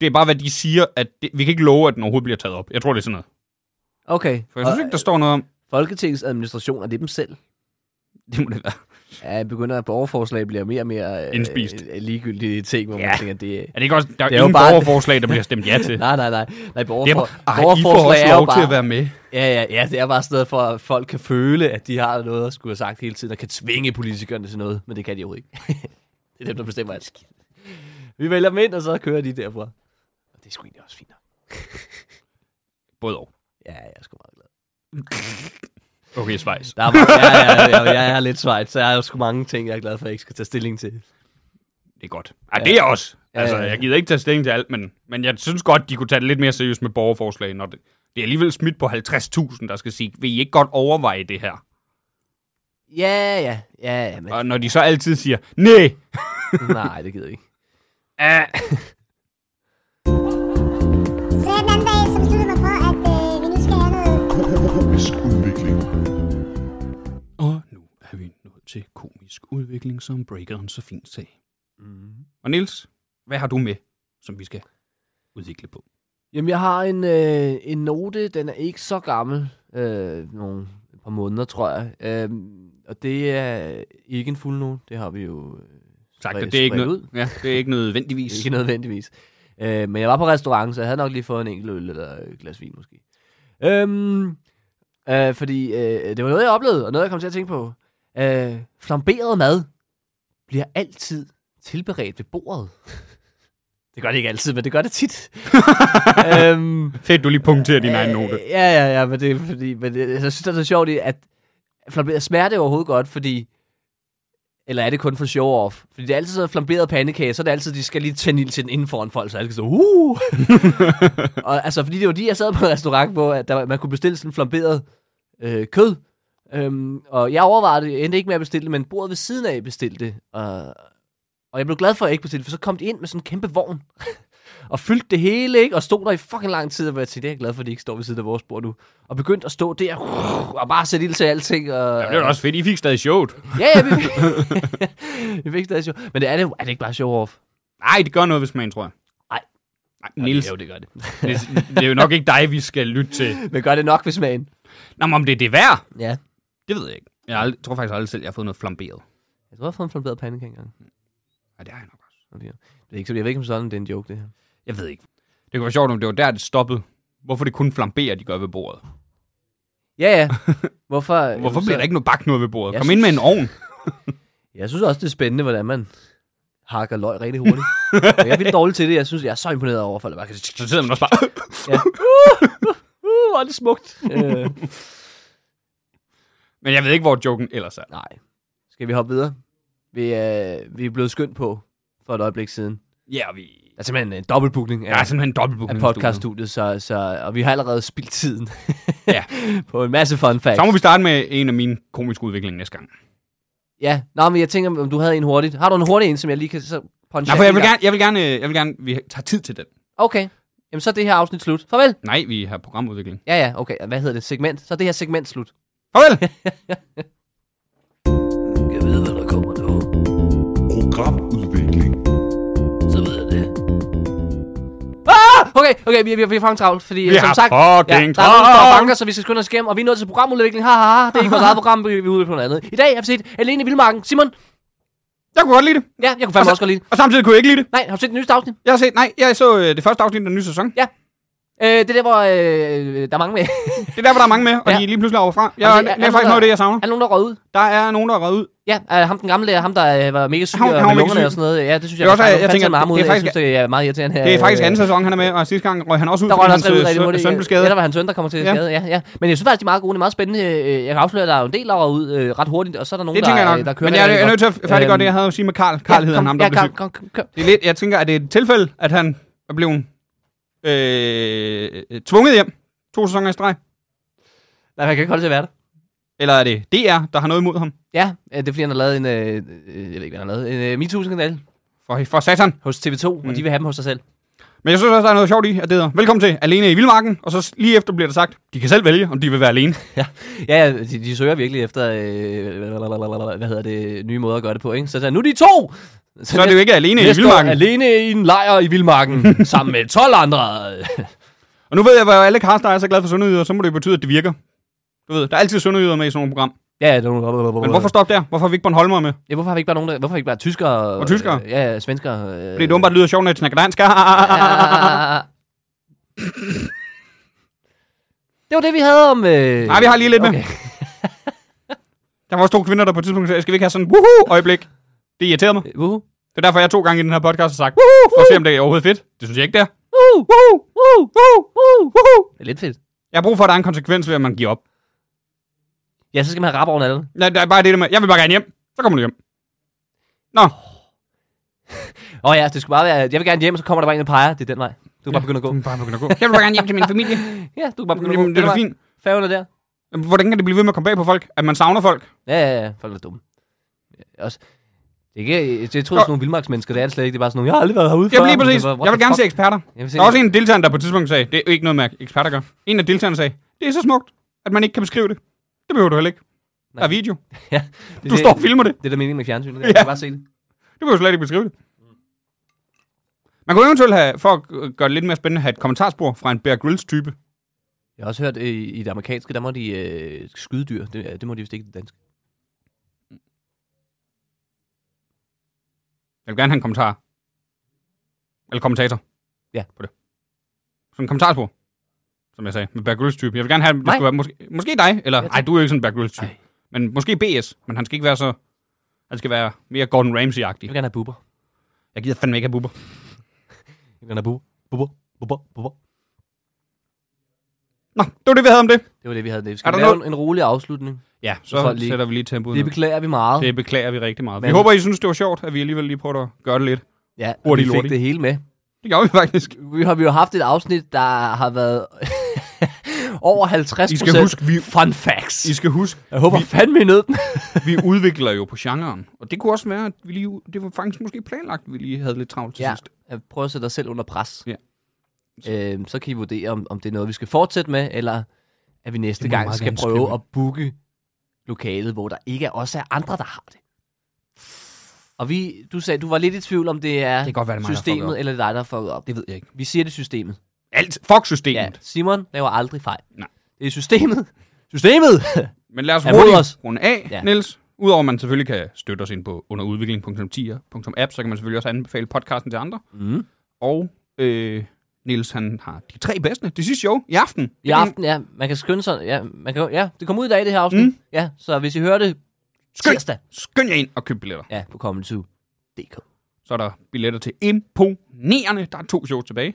Speaker 4: det er bare, hvad de siger, at det, vi kan ikke love, at den overhovedet bliver taget op. Jeg tror, det er sådan noget.
Speaker 3: Okay.
Speaker 4: For jeg synes ikke, der står noget om...
Speaker 3: Folketingets administration, er det dem selv?
Speaker 4: Det må det være.
Speaker 3: Ja, jeg begynder at borgerforslag bliver mere og mere øh,
Speaker 4: Indspist.
Speaker 3: øh, ligegyldige ting, hvor man
Speaker 4: Ja.
Speaker 3: tænker, det er...
Speaker 4: Er det ikke også... Der er,
Speaker 3: Det
Speaker 4: er
Speaker 3: er jo
Speaker 4: ingen
Speaker 3: bare-
Speaker 4: borgerforslag, der bliver stemt ja til.
Speaker 3: Nej, nej, nej. nej
Speaker 4: Det er,
Speaker 3: borgerfor...
Speaker 4: bare- ej, I får også lov til at være med.
Speaker 3: Ja, ja, ja, det er bare sådan noget for, at folk kan føle, at de har noget at skulle have sagt hele tiden, og kan tvinge politikerne til noget, men det kan de jo ikke. det er dem, der bestemmer alt. Vi vælger dem ind, og så kører de derfra. Og det er sgu egentlig også fint nok.
Speaker 4: Både og.
Speaker 3: Ja, jeg er sgu meget glad.
Speaker 4: Okay, Schweiz.
Speaker 3: Der er mange, ja, ja, ja, ja, jeg er lidt svejt, så jeg har jo sgu mange ting, jeg er glad for, at jeg ikke skal tage stilling til.
Speaker 4: Det er godt. Ej, det er jeg også. Altså,
Speaker 3: Ja, ja, ja.
Speaker 4: jeg gider ikke tage stilling til alt, men, men jeg synes godt, de kunne tage det lidt mere seriøst med borgerforslag, når det, det er alligevel smidt på 50.000, der skal sige, vil I ikke godt overveje det her?
Speaker 3: Ja, ja, ja, ja, men
Speaker 4: Og når de så altid siger, nej,
Speaker 3: nej, det gider vi ikke.
Speaker 4: ah,
Speaker 2: Sagde den anden dag, så besluttede jeg mig for, at øh, vi nu skal have noget
Speaker 4: Og nu er vi nået til komisk udvikling, som breakeren så fint sagde. Mm. Og Nils, hvad har du med, som vi skal udvikle på?
Speaker 3: Jamen, jeg har en, øh, en note, den er ikke så gammel, øh, nogle et par måneder, tror jeg. Øh, og det er ikke en fuld note, det har vi jo øh,
Speaker 4: Sagt,
Speaker 3: spredt-
Speaker 4: at det er ikke,
Speaker 3: spredt
Speaker 4: nød- ja, det er ikke nødvendigvis.
Speaker 3: Ikke nødvendigvis. Øh, men jeg var på restaurant, så jeg havde nok lige fået en enkelt øl eller et glas vin måske. Øhm, øh, fordi øh, det var noget, jeg oplevede, og noget, jeg kom til at tænke på. Øh, flamberet mad bliver altid tilberedt ved bordet. det gør det ikke altid, men det gør det tit. øhm,
Speaker 4: Fedt, du lige punkterer din egen note.
Speaker 3: Øh, Ja, ja, ja, men det er fordi, men det, altså, jeg synes, det er så sjovt, at flamberet smager det overhovedet godt, fordi eller er det kun for show off? Fordi det er altid sådan noget flamberet pandekage, så er det altid, de skal lige tænde ild til den inden foran folk, så alle kan så, uh! og, altså, fordi det var de, jeg sad på en restaurant, hvor at der, var- man kunne bestille sådan flamberet øh, kød, øhm, og jeg overvejede det, jeg endte ikke med at bestille det, men bordet ved siden af bestilte det, og, og jeg blev glad for, at jeg ikke bestilte det, for så kom de ind med sådan en kæmpe vogn, og fyldte det hele, ikke? Og stod der i fucking lang tid, og jeg tænkte, det er jeg glad for, at de ikke står ved siden af vores bord nu. Og begyndte at stå der, og bare sætte ild til alting. Og,
Speaker 4: Ja, det er da også fedt. I fik stadig sjovt.
Speaker 3: Ja, ja, vi, vi fik stadig sjov. Men det er, det, jo- er det ikke bare show off?
Speaker 4: Nej, det gør noget ved smagen, tror jeg.
Speaker 3: Nej.
Speaker 4: Nej, Niels,
Speaker 3: Jo, det gør det.
Speaker 4: det, det er jo nok ikke dig, vi skal lytte til.
Speaker 3: Men gør det nok ved smagen?
Speaker 4: Nå, men om det er det værd,
Speaker 3: Ja.
Speaker 4: det ved jeg ikke. Jeg har ald- tror faktisk aldrig selv, jeg har fået noget flamberet.
Speaker 3: Jeg tror, jeg har fået en flamberet pandekage engang.
Speaker 4: Ja, det har jeg nok også.
Speaker 3: Det er ikke, så- jeg ved ikke, om sådan det er en joke, det her.
Speaker 4: Jeg ved ikke. Det kunne være sjovt, om det var der, det stoppede. Hvorfor det kun flamberer, de gør ved bordet?
Speaker 3: Ja, ja. Hvorfor,
Speaker 4: Hvorfor bliver der ikke noget bagt noget ved bordet?
Speaker 3: Jeg
Speaker 4: Kom ind med en ovn.
Speaker 3: Jeg synes også, det er spændende, hvordan man hakker løg rigtig hurtigt. Og jeg er vildt dårlig til det. Jeg synes, jeg er så imponeret over, for det bare kan...
Speaker 4: Så sidder man også bare...
Speaker 3: Ja. Uh, uh, hvor er det smukt. Øh,
Speaker 4: Men jeg ved ikke, hvor joken ellers er.
Speaker 3: nej. Skal vi hoppe videre? Vi er, vi er blevet skyndt på for et øjeblik siden.
Speaker 4: Ja, vi...
Speaker 3: Der er simpelthen en dobbeltbookning
Speaker 4: Der er
Speaker 3: af,
Speaker 4: simpelthen altså, en
Speaker 3: af
Speaker 4: dobbeltbooking. i studiet.
Speaker 3: podcaststudiet, så, så, og vi har allerede spildt tiden
Speaker 4: Ja.
Speaker 3: på en masse fun facts.
Speaker 4: Så må vi starte med en af mine komiske udviklinger næste gang.
Speaker 3: Ja, Nå, men jeg tænker, om du havde en hurtigt. Har du en hurtig en, som jeg lige kan så punche
Speaker 4: Nej, for
Speaker 3: af
Speaker 4: jeg vil
Speaker 3: en gang?
Speaker 4: gerne, jeg vil gerne, øh, jeg vil gerne, vi tager tid til den.
Speaker 3: Okay, jamen så er det her afsnit slut. Farvel.
Speaker 4: Nej, vi har programudvikling.
Speaker 3: Ja, ja, okay. Hvad hedder det? Segment. Så er det her segment slut.
Speaker 4: Farvel!
Speaker 3: Jeg ved, hvad der kommer nu.
Speaker 5: Programudvikling.
Speaker 3: Så ved jeg det. Ah! Okay, okay, vi, vi, vi har fucking travlt, fordi øh,
Speaker 4: Vi
Speaker 3: som
Speaker 4: har
Speaker 3: sagt,
Speaker 4: fucking
Speaker 3: der er nogen, der står og
Speaker 4: travlt.
Speaker 3: banker, så vi skal skynde os igennem, og vi er nået til programudvikling. Ha, ha, ha. Det er ikke vores eget program, vi, vi er ude på noget andet. I dag har vi set Alene i Vildmarken. Simon,
Speaker 4: Jeg kunne godt lide det.
Speaker 3: ja, jeg kunne fandme også godt lide det.
Speaker 4: Og samtidig kunne jeg ikke lide det.
Speaker 3: Nej, har du set den nyeste afsnit?
Speaker 4: Jeg har set, nej, jeg så øh, det første afsnit af den nye sæson.
Speaker 3: Øh, det er der, hvor øh, der er mange med.
Speaker 4: Det er der, hvor der er mange med, og
Speaker 3: Ja.
Speaker 4: ja. de er lige pludselig over fra. Jeg,
Speaker 3: Altså,
Speaker 4: det, er,
Speaker 3: er- er
Speaker 4: det er faktisk
Speaker 3: nogen,
Speaker 4: noget af
Speaker 3: der-
Speaker 4: det, jeg savner.
Speaker 3: Er der nogen, der er røget ud?
Speaker 4: Der er nogen, der er røget ud.
Speaker 3: Ja, øh, ham den gamle der, ham der øh, var mega syg
Speaker 4: Han-
Speaker 3: og
Speaker 4: han var
Speaker 3: med
Speaker 4: mega
Speaker 3: lungerne
Speaker 4: syg.
Speaker 3: og sådan noget. Ja, det synes jeg,
Speaker 4: Det er også-
Speaker 3: jeg,
Speaker 4: jeg tænker,
Speaker 3: mig ham ud.
Speaker 4: det er
Speaker 3: Jeg
Speaker 4: faktisk-
Speaker 3: synes, det er meget irriterende.
Speaker 4: Det er faktisk
Speaker 3: øh,
Speaker 4: anden sæson, han er med, og sidste gang røg han også ud,
Speaker 3: Der røg
Speaker 4: fordi
Speaker 3: han også
Speaker 4: hans
Speaker 3: rigtig
Speaker 4: øh, søn,
Speaker 3: hurtigt.
Speaker 4: søn blev
Speaker 3: Ja,
Speaker 4: skadet.
Speaker 3: der var hans søn, der kommer til
Speaker 4: Ja.
Speaker 3: skade. Ja, ja. Men jeg synes faktisk, de er meget gode. Det er meget spændende. Øh, Jeg kan afsløre, at der er jo en del, der er ud øh, ret hurtigt, og så er der nogen,
Speaker 4: Det
Speaker 3: der,
Speaker 4: tænker jeg
Speaker 3: øh,
Speaker 4: nok.
Speaker 3: der kører
Speaker 4: Men jeg er- jeg er nødt til at færdiggøre
Speaker 3: Øhm,
Speaker 4: det, jeg havde at sige med Karl. Karl hedder
Speaker 3: kom,
Speaker 4: ham, der
Speaker 3: ja,
Speaker 4: blev
Speaker 3: kom,
Speaker 4: syg.
Speaker 3: kom, kom, kom.
Speaker 4: Det er lidt, jeg tænker, at det er et tilfælde, at han er blevet øh, øh, tvunget hjem to sæsoner i streg.
Speaker 3: Nej, man kan ikke holde til at være der.
Speaker 4: Eller er det DR, der har noget imod ham?
Speaker 3: Ja, øh, det er fordi, han har lavet en, øh, øh, jeg ved ikke, hvad han har lavet, en øh, MeToo-skandal
Speaker 4: For, for satan.
Speaker 3: hos TV2, mm. og
Speaker 4: Mm.
Speaker 3: de vil have dem hos sig selv.
Speaker 4: Men jeg synes også, der er noget sjovt i, at det hedder, velkommen til Alene i Vildmarken, og så s- lige efter bliver der sagt, de kan selv vælge, om de vil være alene.
Speaker 3: Ja, ja, de, de søger virkelig efter, øh, hvad hedder det, nye måder at gøre det på, ikke? Så, så nu er de to!
Speaker 4: Så er det jo ikke alene i
Speaker 3: Næste år
Speaker 4: Vildmarken.
Speaker 3: alene i en lejr i Vildmarken, sammen med 12 andre.
Speaker 4: Og nu ved jeg, hvor alle kaster er så glade for sundhedsyder, så må det jo betyde, at det virker. Du ved, der er altid sundhedsyder med i sådan nogle program.
Speaker 3: Ja, ja, det er nogle-
Speaker 4: Men hvorfor stoppe der? Hvorfor har vi ikke Bornholmer med?
Speaker 3: Ja, hvorfor har vi ikke bare nogen der, hvorfor har vi ikke bare tyskere?
Speaker 4: Og tyskere?
Speaker 3: Øh, ja, ja, svenskere. Øh,
Speaker 4: Fordi det åbenbart lyder sjovt, når jeg snakker dansk.
Speaker 3: Ja. Det var det, vi havde om... Øh...
Speaker 4: Nej, vi har lige lidt med. Der var også to kvinder, der på et tidspunkt sagde, skal vi ikke have sådan en woohoo-øjeblik? Det irriterede mig.
Speaker 3: med. Uhu.
Speaker 4: Det er derfor, jeg to gange i den her podcast har sagt, woohoo, for at se, om det er overhovedet fedt. Det synes jeg ikke, det er.
Speaker 3: Uh,
Speaker 4: Woohoo,
Speaker 3: uh,
Speaker 4: woohoo, woohoo.
Speaker 3: Det er lidt fedt.
Speaker 4: Jeg har brug for, at der er en konsekvens ved, at man giver op.
Speaker 3: Ja, så skal man have rap over alle.
Speaker 4: Ja, der er bare det der med, jeg vil bare gerne hjem. Så kommer du hjem. Nå,
Speaker 3: Åh oh, ja, det skulle bare være, jeg vil gerne hjem, så kommer der bare en og peger. Det er den vej. Du kan bare begynde at gå.
Speaker 4: du kan bare begynde at gå. Jeg vil bare gerne hjem til min familie.
Speaker 3: Ja, du kan bare begynde at gå.
Speaker 4: Mm. Jamen, det er da fint.
Speaker 3: Færgen er der.
Speaker 4: Jamen, Hvordan kan det blive ved med at komme bag på folk? At man savner folk?
Speaker 3: Ja, ja, ja. Folk er dumme. Ja, Også, det er ikke, jeg, jeg tror, det er sådan nogle vildmarksmennesker, det er det slet ikke. Det er bare sådan nogle, jeg har aldrig været herude
Speaker 4: Jeg
Speaker 3: før.
Speaker 4: lige
Speaker 3: Men
Speaker 4: præcis.
Speaker 3: det er bare, what
Speaker 4: Jeg vil
Speaker 3: the
Speaker 4: gerne se
Speaker 3: fuck?
Speaker 4: eksperter.
Speaker 3: Jeg vil se
Speaker 4: Der var også en af deltagerne, der på et tidspunkt sagde, det er jo ikke noget med at eksperter gør. En af deltagerne sagde, det er så smukt, at man ikke kan beskrive det. Det behøver du heller ikke. Der er video.
Speaker 3: Ja,
Speaker 4: Du
Speaker 3: det, det-
Speaker 4: står og filmer det.
Speaker 3: Det er der meningen med fjernsynet. Jeg kan bare se det.
Speaker 4: Du behøver slet ikke beskrive det. Man kunne eventuelt have, for at gøre det lidt mere spændende, have et kommentarspor fra en Bear Grylls-type.
Speaker 3: Jeg har også hørt, øh, i det amerikanske, der må de øh, skyde dyr. Det, det må de vist ikke i det danske.
Speaker 4: Jeg vil gerne have en kommentar. Eller kommentator.
Speaker 3: Ja.
Speaker 4: På det. Sådan en kommentarspor. Som jeg sagde, med Bear Grylls-type. Jeg vil gerne have, det
Speaker 3: Mig?
Speaker 4: skulle være måske, måske dig, eller
Speaker 3: Ja, tak.
Speaker 4: nej, du er jo ikke sådan en Bear Grylls-type.
Speaker 3: Ej.
Speaker 4: Men måske BS, men han skal ikke være så... Han skal være mere Gordon Ramsay-agtig.
Speaker 3: Jeg vil gerne have buber.
Speaker 4: Jeg gider fandme ikke have buber.
Speaker 3: Jeg vil gerne have buber. Buber, buber, buber.
Speaker 4: Nå, det var det, vi havde om det.
Speaker 3: Det var det, vi havde. Vi
Speaker 4: Er
Speaker 3: skal
Speaker 4: der
Speaker 3: lave en, en rolig afslutning.
Speaker 4: Ja, så,
Speaker 3: Så folk lige-
Speaker 4: lige... sætter vi lige tempoet
Speaker 3: Det
Speaker 4: ned.
Speaker 3: beklager vi meget.
Speaker 4: Det beklager vi rigtig meget. Vi
Speaker 3: Men-
Speaker 4: håber, I synes, det var sjovt, at vi alligevel lige prøver at gøre det lidt.
Speaker 3: Ja, og
Speaker 4: hurtigt
Speaker 3: vi fik
Speaker 4: lortigt.
Speaker 3: det hele med.
Speaker 4: Det gjorde vi faktisk.
Speaker 3: Vi har vi har jo haft et afsnit, der har været over 50
Speaker 4: I skal huske, vi,
Speaker 3: fun facts.
Speaker 4: I skal huske,
Speaker 3: Jeg håber
Speaker 4: vi-
Speaker 3: fandme, I nød den.
Speaker 4: vi udvikler jo på genren. Og det kunne også være, at vi lige, det var faktisk måske planlagt, at vi lige havde lidt travlt til
Speaker 3: Ja,
Speaker 4: sidst.
Speaker 3: prøv at sætte dig selv under pres.
Speaker 4: Ja.
Speaker 3: Øhm, så kan I vurdere, om, om det er noget, vi skal fortsætte med, eller at vi næste
Speaker 4: Det må I
Speaker 3: gang
Speaker 4: meget
Speaker 3: skal
Speaker 4: gerne
Speaker 3: prøve
Speaker 4: skrive.
Speaker 3: at booke lokalet, hvor der ikke er- også er andre, der har det. Og vi, du sagde, du var lidt i tvivl, om det er
Speaker 4: Det kan godt være, det er mig, der har fucket
Speaker 3: systemet,
Speaker 4: op.
Speaker 3: eller det er dig, der har fucket op.
Speaker 4: Det ved jeg ikke.
Speaker 3: Vi siger det er systemet.
Speaker 4: Alt. Fuck
Speaker 3: Ja,
Speaker 4: systemet. Ja.
Speaker 3: Simon laver aldrig fejl.
Speaker 4: Nej.
Speaker 3: Det er systemet. Systemet!
Speaker 4: Men lad os
Speaker 3: Er mod
Speaker 4: hurtigt
Speaker 3: os.
Speaker 4: runde af,
Speaker 3: Ja.
Speaker 4: ja. Niels. Udover at man selvfølgelig kan støtte os ind på underudvikling.10.app, så kan man selvfølgelig også anbefale podcasten til andre.
Speaker 3: Mm.
Speaker 4: Og øh, Niels, han har de tre bedste. Det sidste show i aften.
Speaker 3: I aften, ja. Man kan skynde sig. Ja, man kan, ja, det kommer ud i dag, det her afsnit. Mm.
Speaker 4: Mm.
Speaker 3: Ja, så hvis I hører det
Speaker 4: Skynd,
Speaker 3: Tirsdag.
Speaker 4: skynd jer ind og køb billetter.
Speaker 3: Ja, på comedyzoo.dk.
Speaker 4: Så er der billetter til imponerende. Der er to shows tilbage.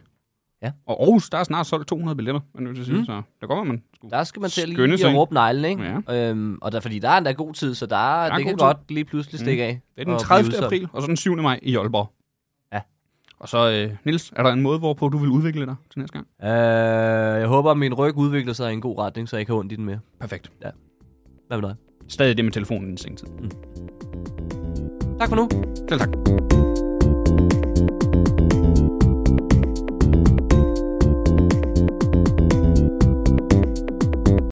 Speaker 3: Ja. Mhm.
Speaker 4: Og Aarhus, der er snart solgt 200 billetter. Men det vil sige, mm. så der går man skulle.
Speaker 3: Der skal man til at
Speaker 4: Skynde
Speaker 3: lige
Speaker 4: sig
Speaker 3: at
Speaker 4: ind.
Speaker 3: råbe neglen, ikke? Ja. Øhm, og der, fordi der er endda god tid, så der, der det
Speaker 4: god
Speaker 3: kan
Speaker 4: tid. Mm.
Speaker 3: godt lige pludselig stikke af.
Speaker 4: Det er den
Speaker 3: og blive
Speaker 4: 30.
Speaker 3: udsolgt.
Speaker 4: april, og så den 7. maj i Aalborg.
Speaker 3: Ja.
Speaker 4: Og så, øh, Nils, er der en måde, hvorpå du vil udvikle dig til næste gang?
Speaker 3: Øh, jeg håber, at min ryg udvikler sig i en god retning, så jeg ikke har ondt i den mere.
Speaker 4: Perfekt.
Speaker 3: Hvad med dig?
Speaker 4: Stadig det med telefonen i den seng tid.
Speaker 3: Tak for nu.
Speaker 4: Selv tak.